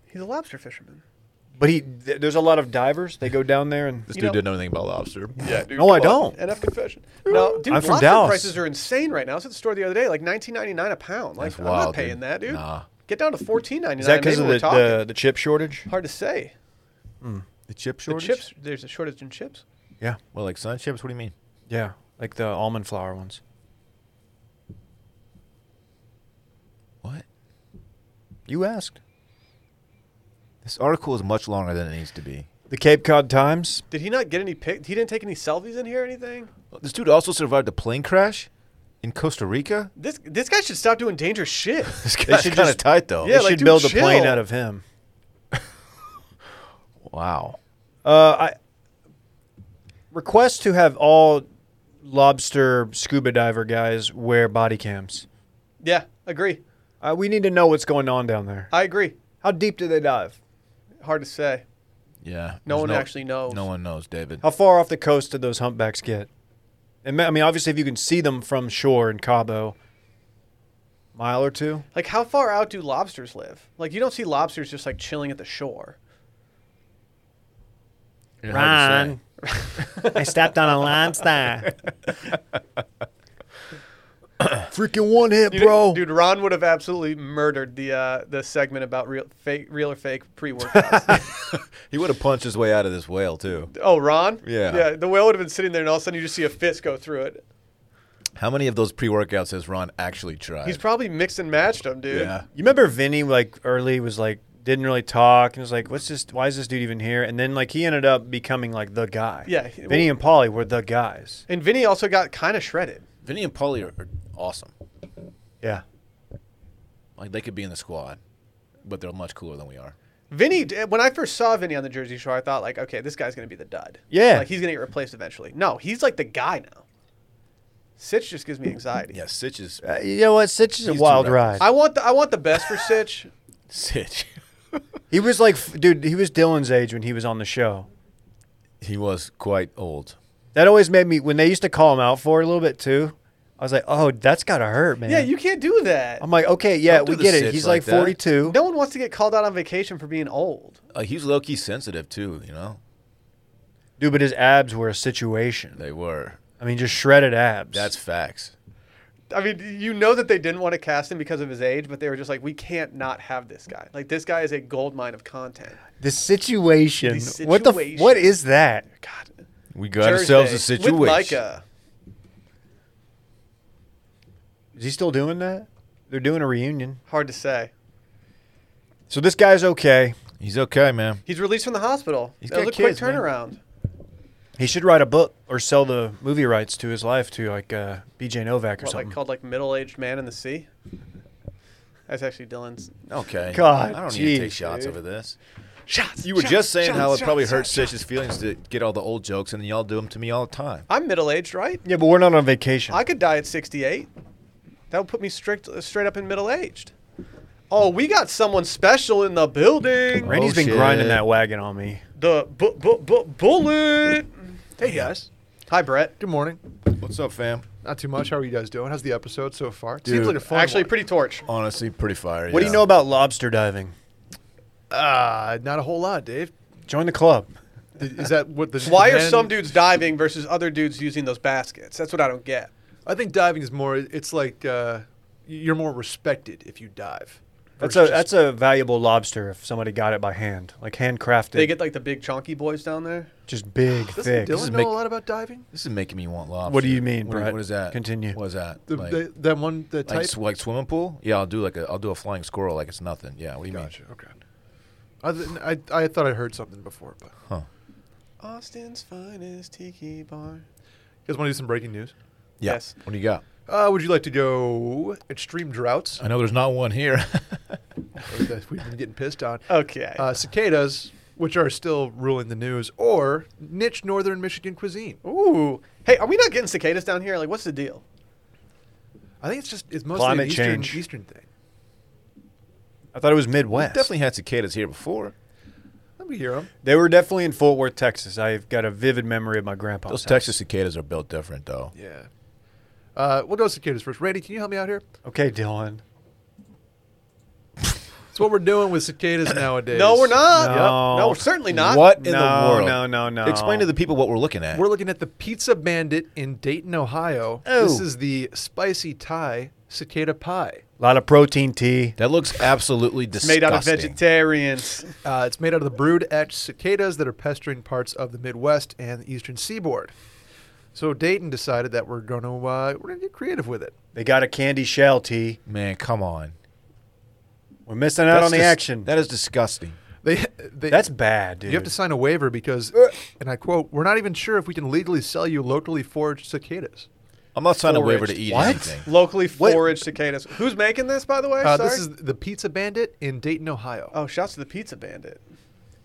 He's a lobster fisherman.
but he th- there's a lot of divers. They go down there
[laughs]
and
This
You
dude
know-
didn't know anything about lobster.
Yeah, dude.
No, I
come on.
don't.
NF confession. No, dude,
I'm from
lobster
Dallas.
prices are insane right now. I was at the store the other day, like 19.99 a pound. Like
That's
I'm
wild,
not paying
dude.
that, dude.
Nah.
Get down to 14.99.
is that because of
maybe we're
the,
talking.
the the chip shortage?
hard to say?
The chip
The chips, there's a shortage in chips.
Yeah,
Well, like sun chips. What do you mean?
yeah, like the almond flour ones.
What?
You asked.
This article is much longer than it needs to be.
The Cape Cod Times.
Did he not get any pic? He didn't take any selfies in here or anything.
This dude also survived a plane crash in Costa Rica. [laughs]
This this guy should stop doing dangerous
[laughs]
shit.
This guy's
should
kind of
just-
tight though.
Yeah,
they
like,
should
dude,
build a
chill.
plane out of him.
Wow.
Uh, I request to have all lobster scuba diver guys wear body cams.
yeah, agree.
Uh, we need to know what's going on down there.
I agree.
How deep do they dive?
Hard to say.
Yeah.
No
there's
one actually knows.
No one knows, David.
How far off the coast did those humpbacks get? And ma- I mean, obviously, if you can see them from shore in Cabo, mile or two.
Like, how far out do lobsters live? Like, you don't see lobsters just like chilling at the shore.
You're hard to
Ron,
say.
I stepped on a lime star.
Freaking one hit,
Dude,
bro.
dude, Ron would have absolutely murdered the uh, the segment about real, fake, real or fake pre workouts.
He would have punched his way out of this whale too.
oh, Ron?
Yeah.
Yeah. The whale would have been sitting there, and all of a sudden you just see a fist go through it.
How many of those pre-workouts has Ron actually tried?
He's probably mixed and matched them, dude.
yeah.
You remember Vinny like early was like didn't really talk and was like, "What's this? Why is this dude even here?" And then like he ended up becoming like the guy.
Yeah, he-
Vinny and Polly were the guys.
And Vinny also got kind of shredded.
Vinny and Paulie are, are awesome.
Yeah,
Like they could be in the squad, but they're much cooler than we are.
Vinny, when I first saw Vinny on the Jersey Shore, I thought like, okay, this guy's gonna be the dud.
Yeah.
like he's gonna get replaced eventually. No, he's like the guy now. Sitch just gives me anxiety.
Yeah, Sitch is [laughs]
Uh, you know what? Sitch is a
He's
wild
too
ride.
reckless.
I want the I want the best for Sitch.
Sitch.
he was like, f- dude, he was Dylan's age when he was on the show.
He was quite old.
That always made me when they used to call him out for it a little bit too. I was like, "Oh, that's gotta hurt, man."
Yeah, you can't do that.
I'm like, okay, yeah,
Don't do
we
the
get it.
Sitch
He's like
like that.
42.
no one wants to get called out on vacation for being old.
Like Uh, he's low key sensitive too. You know,
Dude, but his abs were a situation.
they were.
I mean, just shredded abs.
That's facts.
I mean, you know that they didn't want to cast him because of his age, but they were just like, we can't not have this guy. Like this guy is a gold mine of content.
the situation.
The
What the? F- what
situation.
is that?
God,
We got ourselves a
Thursday
situation.
with Micah.
Is he still doing that? They're doing a reunion.
Hard to say.
So this guy's okay.
He's okay, man.
He's released from the hospital.
He's
that was a
got
quick
kids, man.
turnaround.
He should write a book or sell the movie rights to his life to like uh, BJ Novak or
What,
something.
like called like middle aged man in the sea? That's actually Dylan's.
Okay.
God,
I don't need
jeez,
to take shots
dude.
over this.
Shots.
You were just saying how it probably hurts Sitch's feelings to get all the old jokes, and y'all do them to me all the time.
I'm middle aged, right?
yeah, but we're not on vacation.
I could die at 68. That would put me strict, uh, straight up in middle aged. Oh, we got someone special in the building.
Randy's
Oh,
been grinding
shit.
that wagon on me.
The bu- bu- bu- bullet.
Hey guys,
Hi, Brett.
good morning.
What's up, fam?
Not too much. How are you guys doing? How's the episode so far? It
Dude,
Seems like a fun
Actually,
one.
pretty torch.
Honestly, pretty fire.
What do you know about lobster diving?
uh, not a whole lot, Dave.
Join the club.
Th- Is that what the
[laughs]
[laughs]
Why are
men-
some dudes diving versus other dudes using those baskets? That's what I don't get.
I think diving is more. It's like uh, you're more respected if you dive.
That's a
versus
that's a valuable lobster if somebody got it by hand, like handcrafted.
They get like the big chunky boys down there.
just big,
just-
thick.
Doesn't Dylan
is
know
make-
a lot about diving?
This is making me want lobster.
What do you mean,
What,
Brett?
what is that?
Continue.
What is that?
The,
like,
the- that one, the
like,
type.
sw- like swimming pool? Yeah, I'll do like a I'll do a flying squirrel like it's nothing. Yeah. What do you
Gotcha. Okay. Other than, I I thought I heard something before, but you
Austin's finest tiki bar.
guys want to do some breaking news?
mean? Yeah.
Yes.
What do you got?
Uh, would you like to go
[laughs]
extreme droughts?
I know there's not one here. [laughs]
that We've been getting pissed on.
Okay.
Uh, cicadas, which are still ruling the news, or niche northern Michigan cuisine.
Ooh. Hey, are we not getting cicadas down here? Like, what's the deal?
I think it's just it's mostly
Climate
an eastern,
change.
eastern thing.
I thought it was Midwest.
Definitely had cicadas here before.
Let me hear them.
They were definitely in Fort Worth, Texas. I've got a vivid memory of my grandpa's.
Those
house.
Texas cicadas are built different though.
Yeah. Uh, we'll go cicadas first. Randy, can you help me out here?
Okay, Dylan.
That's what we're doing
[coughs]
with cicadas nowadays.
No, we're not.
No.
Yep. No, we're certainly not.
What
No,
in the world?
no, no, no.
Explain to the people what we're looking at.
We're looking at the Pizza Bandit in Dayton, Ohio. This
Oh.
is the spicy Thai cicada pie.
A lot of protein tea.
that looks absolutely
It's
disgusting.
made out of vegetarians.
Uh, it's made out of the brood etched cicadas that are pestering parts of the Midwest and the eastern seaboard. So Dayton decided that we're going to uh, we're going to get creative with it. [laughs]
They got a candy shell tea.
Man, come on.
We're missing out
That's
on the
dis-
action.
That is disgusting.
They, they
That's bad, dude.
You have to sign a waiver because,
Uh.
and I quote, "We're not even sure if we can legally sell you locally foraged cicadas."
I'm not signing a waiver to
Foraged.
eat
What?
anything.
Locally
What?
foraged cicadas. Who's making this, by the way?
Uh,
Sorry?
this is the Pizza Bandit in Dayton, Ohio.
oh, shouts to the pizza bandit.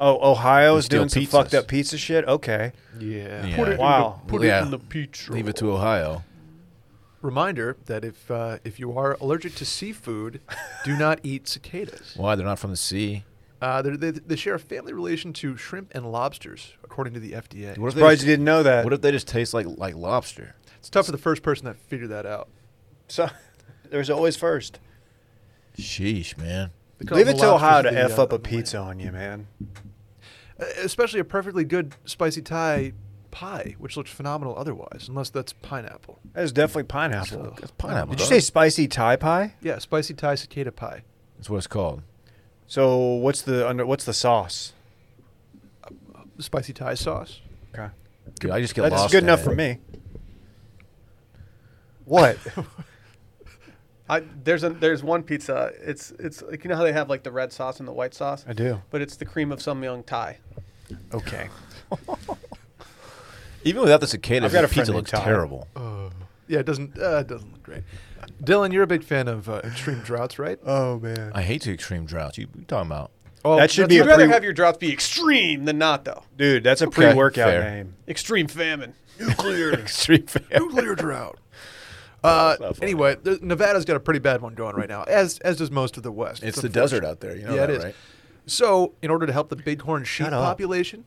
oh, Ohio's
They steal
doing some
pizzas.
fucked up pizza shit. Okay.
yeah.
Yeah.
Put it
Wow.
in the, put
Yeah.
it in the pizza.
Leave it to Ohio.
Reminder that if uh, if you are allergic to seafood, do not
[laughs]
eat cicadas.
Why? They're not from the sea.
Uh, they're- they they share a family relation to shrimp and lobsters, according to the FDA.
What if they
Surprised
just-
you didn't know that.
What if they just taste like like lobster?
It's tough for the first person that figured that out.
so, [laughs] there's always first.
Sheesh, man.
They call
Leave
them
it
the
to Ohio
lobsters
to
of the,
f
uh,
up a
of the land.
pizza on you, man.
Uh, Especially a perfectly good spicy Thai pie, which looks phenomenal otherwise, unless that's pineapple.
That is definitely pineapple.
So-
pineapple.
Did you say spicy Thai pie?
Yeah, spicy Thai cicada pie.
That's what it's called.
So what's the under? What's the sauce?
Spicy Thai sauce.
Okay,
Dude, I just get
that's
lost.
good
in
enough
it.
for me. [laughs] What?
I, there's a there's one pizza. It's it's like you know how they have like the red sauce and the white sauce.
I do.
But it's the cream of some young Thai.
Okay.
Even without the cicada,
I've got
the
a friend
pizza
named
looks
Todd.
terrible.
Yeah, it doesn't uh, it doesn't look great. Dylan, you're a big fan of uh, extreme droughts, right?
Oh man.
I hate the extreme droughts. You, you talking about? [laughs]
Oh,
That should
that's-
be
You'd
a
rather
pre-
have your droughts be extreme than not, though.
Dude, that's a pre-workout
fair.
name.
Extreme famine. [laughs]
nuclear
[laughs]
Extreme
[laughs]
family.
nuclear drought. Uh, anyway, the, Nevada's got a pretty bad one going right now, as as does most of the West.
It's the desert out there. You know
yeah,
that,
it is.
right?
So, in order to help the bighorn sheep
Shut up.
population,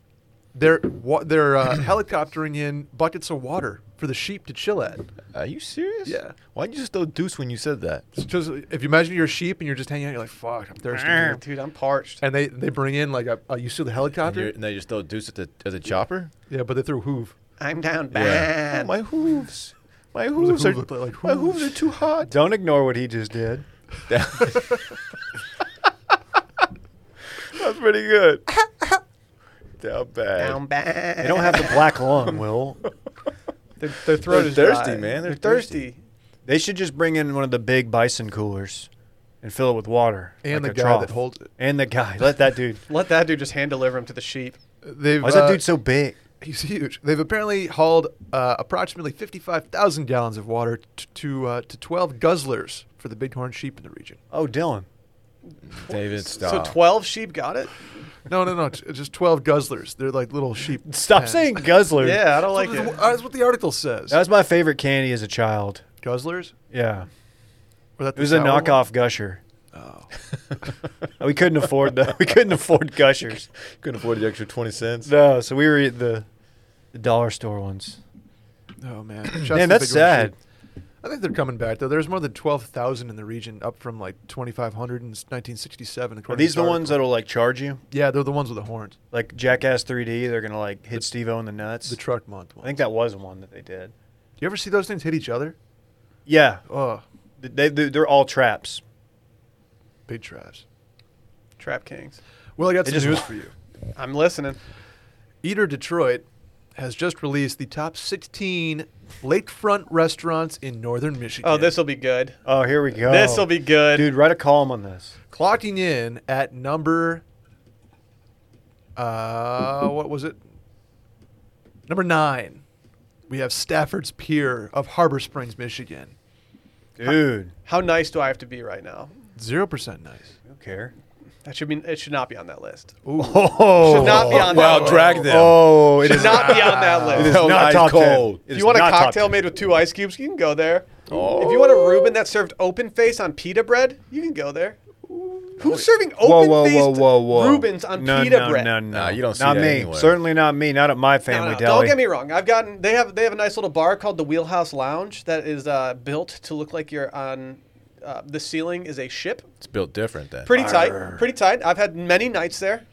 they're wa- they're uh, [clears throat] helicoptering in buckets of water for the sheep to chill at.
Are you serious?
Yeah.
Why'd you just throw deuce when you said that?
Because if you imagine you're a sheep and you're just hanging out, you're like, "Fuck, I'm thirsty." dude."
Dude, I'm parched.
And they, they bring in like a, uh, you see
And,
the
you're,
helicopter,
and they just throw deuce at the at the chopper.
yeah, but they threw hoof.
I'm down
Yeah.
bad.
Oh, my hooves. [laughs] My hooves are
hooves look like
my
hooves?
hooves are too hot.
Don't ignore what he just did.
That's pretty good. Down bad.
down bad.
They don't have the black [laughs] lung, Will.
Their, their throat
They're
is
thirsty,
dry.
man. They're thirsty.
They should just bring in one of the big bison coolers and fill it with water.
And
like
the
a
guy
trough.
that holds it.
And the guy. Let that dude.
Let that dude just hand deliver him to the sheep.
They've
Why is that
uh,
dude so big?
He's huge. They've apparently hauled uh, approximately 55,000 gallons of water t- to uh, to 12 guzzlers for the bighorn sheep in the region.
Oh, Dylan.
David, stop.
So 12 sheep got it?
No, no, no, t- [laughs] just 12 guzzlers. They're like little sheep.
Stop
pens.
saying [laughs] guzzler.
Yeah, I don't like
That's what
it.
the- that's what the article says.
That was my favorite candy as a child.
guzzlers?
Yeah.
Or that
It was a knockoff Gusher. [laughs] we couldn't afford the we couldn't afford Gushers.
Couldn't afford the extra twenty cents.
No, so we were at the the dollar store ones. [clears throat]
Oh, man. Shouts to
Man,
the
that's
bighorn
sad.
sheep. I think they're coming back, though. There's more than 12,000 in the region, up from like 2,500 in 1967.
Are
according to
these
this
the ones
article.
that'll like charge you?
Yeah, they're the ones with the horns.
Like Jackass 3D, they're gonna like hit Steve O in the nuts.
The truck month
I
ones.
think that was one that they did.
you ever see those things hit each other?
Yeah,
Oh,
th- they, they they're all traps.
big trash.
Trap Kings.
Well, I got
They
some
just-
news for you.
I'm listening.
Eater Detroit has just released the top 16 lakefront restaurants in northern Michigan.
Oh, this will be good.
Oh, here we go.
This will be good.
dude. Write a column on this.
clocking in at number uh what was it? Number 9. We have Stafford's Pier of Harbor Springs, Michigan.
Dude,
How nice do I have to be right now?
0% nice.
I don't care.
That should be. It should not be on that list.
Ooh.
Oh,
Should not be on
wow,
that
drag
list.
them.
Oh, it
Should
is
not be on that
It is
list.
Hell,
not
ice
top
cold.
ten. It
If
is
you want a
not Oh. top
cocktail
10.
made with two ice cubes, you can go there. If you want a Reuben that's served open face on pita bread, you can go there. Who's serving
Whoa,
open
whoa,
faced
whoa, whoa, whoa!
Reubens on
no,
pita
no,
bread?
No, no,
Nah, you don't see
Not
that
me.
anywhere.
Certainly not me. Not at my
No,
family
no,
deli.
Don't get me wrong. I've gotten they have they have a nice little bar called the Wheelhouse Lounge that is uh, built to look like you're on. Uh, the ceiling is a ship.
It's built different then.
Pretty tight. Pretty tight. I've had many nights there,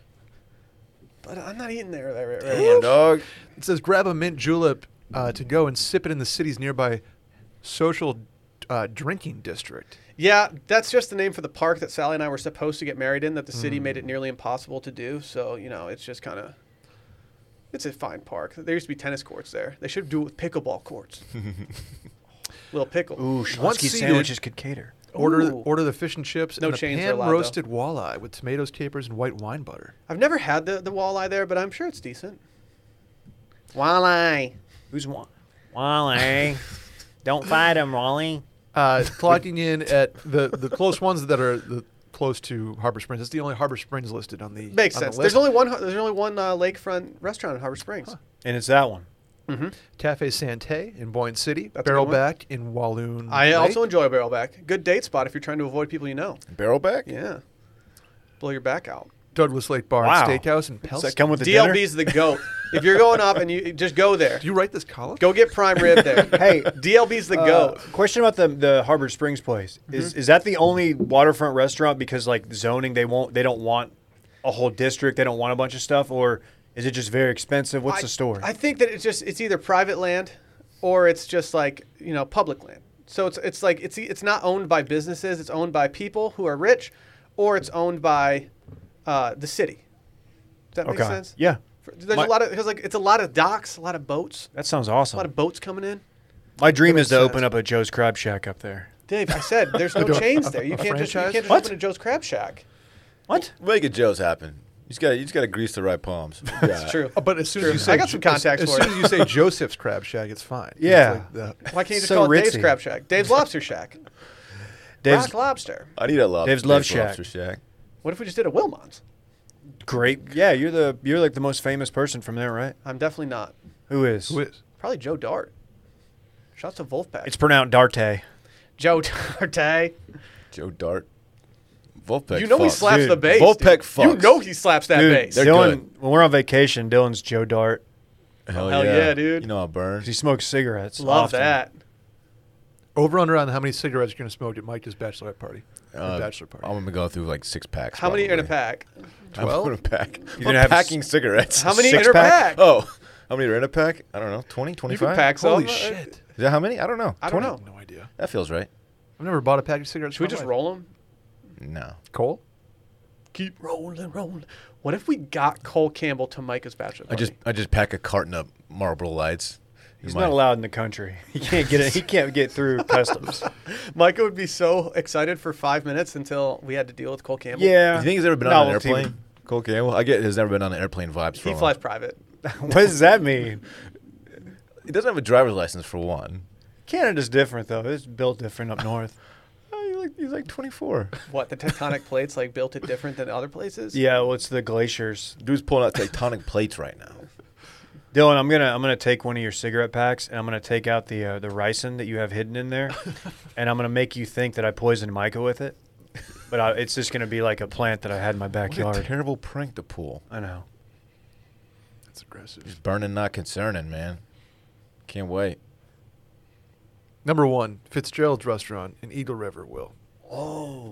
but I'm not eating there. there, there, there.
Damn, dog.
It says grab a mint julep uh, to go and sip it in the city's nearby social uh, drinking district.
Yeah, that's just the name for the park that Sally and I were supposed to get married in. That the city made it
Mm.
nearly impossible to do. So you know, it's just kind of. It's a fine park. There used to be tennis courts there. They should do it with pickleball
[laughs]
courts. Little pickle.
Ooh,
Once
Schlotsky
seated-
sandwiches could cater.
Order
Ooh.
order the fish and chips
No
and a
chains are
pan
allowed, though.
roasted walleye with tomatoes, capers, and white wine butter.
I've never had the, the walleye there, but I'm sure it's decent. Walleye.
Who's one? Wally, don't fight him, Wally.
[laughs]
Uh, clocking in at the, the close ones that are the close to Harbor Springs. It's the only Harbor Springs listed on the
Makes
on the
sense.
list.
There's only one. There's only one uh, lakefront restaurant in Harbor Springs.
And it's that one.
Cafe Sante in Boyne City,
That's a good one.
Barrelback in Walloon.
I
Lake.
also enjoy a barrel back. Good date spot if you're trying to avoid people you know.
Barrel back?
Yeah, blow your back out.
Douglas Lake Bar
Wow.
and Steakhouse in
Does
Pelston.
that come with the dinner?
DLB's the goat. if you're going up and you just go
[laughs]
there,
Do you write this column?
go get prime rib there.
Hey,
DLB's the
uh,
goat.
question about the the Harbor
Mm-hmm.
Springs place is is that the only waterfront restaurant because like zoning they won't they don't want a whole district? They don't want a bunch of stuff, or is it just very expensive? What's
I-
the story?
I think that it's just it's either private land or it's just like you know public land. So it's it's like it's it's not owned by businesses. It's owned by people who are rich, or it's owned by uh, the city. Does that make
Okay.
sense?
Yeah,
For- There's
My-
a lot of because like it's a lot of docks, a lot of boats,
that sounds
a lot
awesome.
of boats coming in.
My dream is to
sense.
open up a Joe's Crab Shack up there.
Dave, I said there's
[laughs]
no
don't-
chains there. You
a
can't just you
franchise?
can't just
What?
open a Joe's Crab Shack.
What?
Make it Joe's happen. You just got you just got to grease the
[laughs]
right palms. That's
True.
Oh, but as soon as you
I
say
got some
Jo-
contacts
as,
for
as
it.
soon as you say Joseph's Crab Shack, it's fine. It's
Yeah.
like the-
Why can't you just
So
call it Dave's
ritzy.
Crab Shack?
[laughs]
Dave's Lobster Shack.
Dave's
Rock Lobster.
I need a lobster.
Dave's Love
Dave's
Shack.
Lobster Shack.
What if we just did a Wilmot's?
great. Yeah, you're the you're like the most famous person from there, right?
I'm definitely not.
Who is?
who is?
Probably Joe Dart. Shouts to Wolfpack.
It's pronounced Darte.
Joe [laughs] Darte.
Joe Dart. Volpec.
you know he
fucks.
slaps
Dude,
the bass.
Volpec
dude. You
fucks.
know he slaps that
Dude,
bass.
they're
Dylan,
good.
when we're on vacation, Dylan's Joe Dart.
Hell,
Hell
yeah.
yeah, dude.
You know I burn.
'Cause He smokes cigarettes.
Love
often.
that.
Over under on how many cigarettes you're gonna smoke at Mike's bachelorette party. Your
Uh,
bachelor party.
I'm gonna go through like six packs.
How many are in a
probably.
pack?
I'm
12?
gonna pack. You're
gonna have
packing cigarettes.
How many
Six
in a pack?
pack?
Oh, how many are in a pack? I don't know. 20,
you
25?
can pack some.
Holy
Uh,
shit!
Is that how many? I don't know.
I don't
20?
know.
No idea.
That feels right.
I've never bought a package of cigarettes.
Should we just roll them?
No.
Cole?
Keep rolling, rolling. What if we got Cole Campbell to Micah's bachelor
I
party?
just I just pack a carton of Marlboro Lights.
He's
My-
not allowed in the country. [laughs] He can't get it. He can't
[laughs]
get through customs.
Micah would be so excited for five minutes until we had to deal with Cole Campbell.
yeah.
You think he's ever been on an
Novelty.
airplane? Cole Campbell. I get he's never been on an airplane. Vibes. For
He
one.
flies private.
[laughs] What does that mean?
He doesn't have a driver's license for one.
Canada's different though. It's built different up north.
[laughs] Oh, he's like he's like 24.
What, the tectonic plates like built it different than other places?
Yeah, well, it's the glaciers.
Dude's pulling out tectonic plates right now.
Dylan, I'm gonna I'm gonna take one of your cigarette packs and I'm gonna take out the uh, the ricin that you have hidden
[laughs]
in there, and I'm gonna make you think that I poisoned Micah with it, but I, it's just gonna be like a plant that I had in my
What a
backyard.
terrible prank to pull.
I know.
That's aggressive.
Just burning, not concerning, man. Can't wait.
Number one, Fitzgerald's Restaurant in Eagle River. Will
Oh,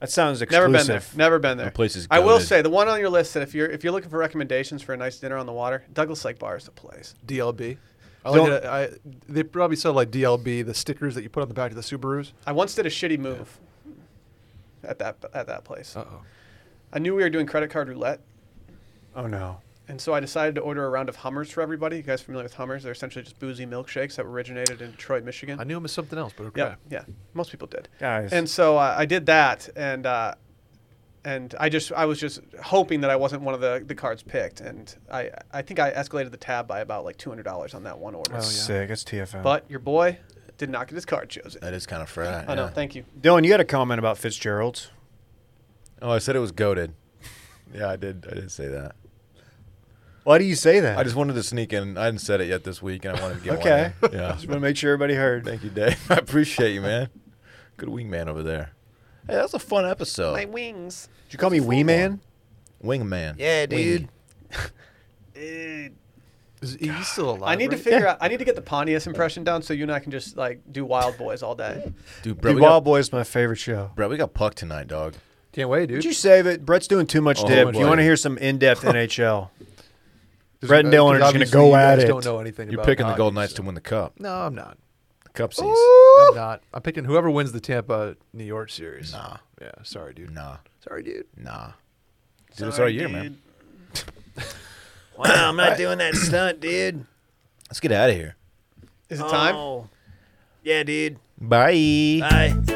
That sounds
Never
exclusive.
been there. Never been there.
The place is
I will
goated.
say the one on your list that if you're if you're looking for recommendations for a nice dinner on the water, Douglas Lake Bar is the place.
DLB. I
Don't-
like it. I, they probably sell like DLB, the stickers that you put on the back of the Subarus.
I once did a shitty move at that at that place.
Uh oh.
I knew we were doing credit card roulette,
Oh no.
and so I decided to order a round of Hummers for everybody. You guys familiar with Hummers? They're essentially just boozy milkshakes that originated in Detroit, Michigan.
I knew him as something else, but okay.
Yeah, yeah. Most people did.
Guys.
And so uh, I did that, and uh, and I just I was just hoping that I wasn't one of the, the cards picked, and I I think I escalated the tab by about like two hundred dollars on that one
Oh,
order.
That's sick. That's TFM.
But your boy did not get his card chosen.
That is kind of fried.
I know. Thank you.
Dylan, you got a comment about Fitzgerald's.
Oh, I said it was goaded. Yeah, I did. I did say that.
Why do you say that?
I just wanted to sneak in. I hadn't said it yet this week, and I wanted to get
Okay.
one. in. Yeah.
[laughs] just want to make sure everybody heard.
[laughs] Thank you, Dave. [laughs] I appreciate you, man. Good wingman over there. Hey, that's a fun episode.
My wings.
Did you call me Wee Man?
Wingman.
Yeah, dude. Eh,
Is, is he still alive?
I need to
right?
figure out. I need to get the Pontius impression down, so you and I can just like do Wild Boys all day.
Dude, bro,
Dude,
we
Wild
got,
Boy is my favorite show.
bro, we got pucked tonight, dog.
Can't wait,
Did
dude.
you save it? Brett's doing too much
Oh,
dip.
boy.
You want to hear some in-depth
[laughs]
NHL?
There's-
Brett and
uh,
Dylan are just
'cause
gonna
obviously
go
you
at
guys
it.
Don't know anything.
You're
about
picking the
hockey,
Golden Knights
so-
to win the cup.
No, I'm not.
Cupsies.
I'm not. I'm picking whoever wins the Tampa New York series.
Nah,
Yeah. Sorry, dude.
nah,
Sorry, dude.
nah. Dude, it's our year, man.
[laughs] Wow, I'm not doing that stunt, dude.
Let's get out of here.
Is it time?
Oh. Yeah, dude.
Bye.
Bye.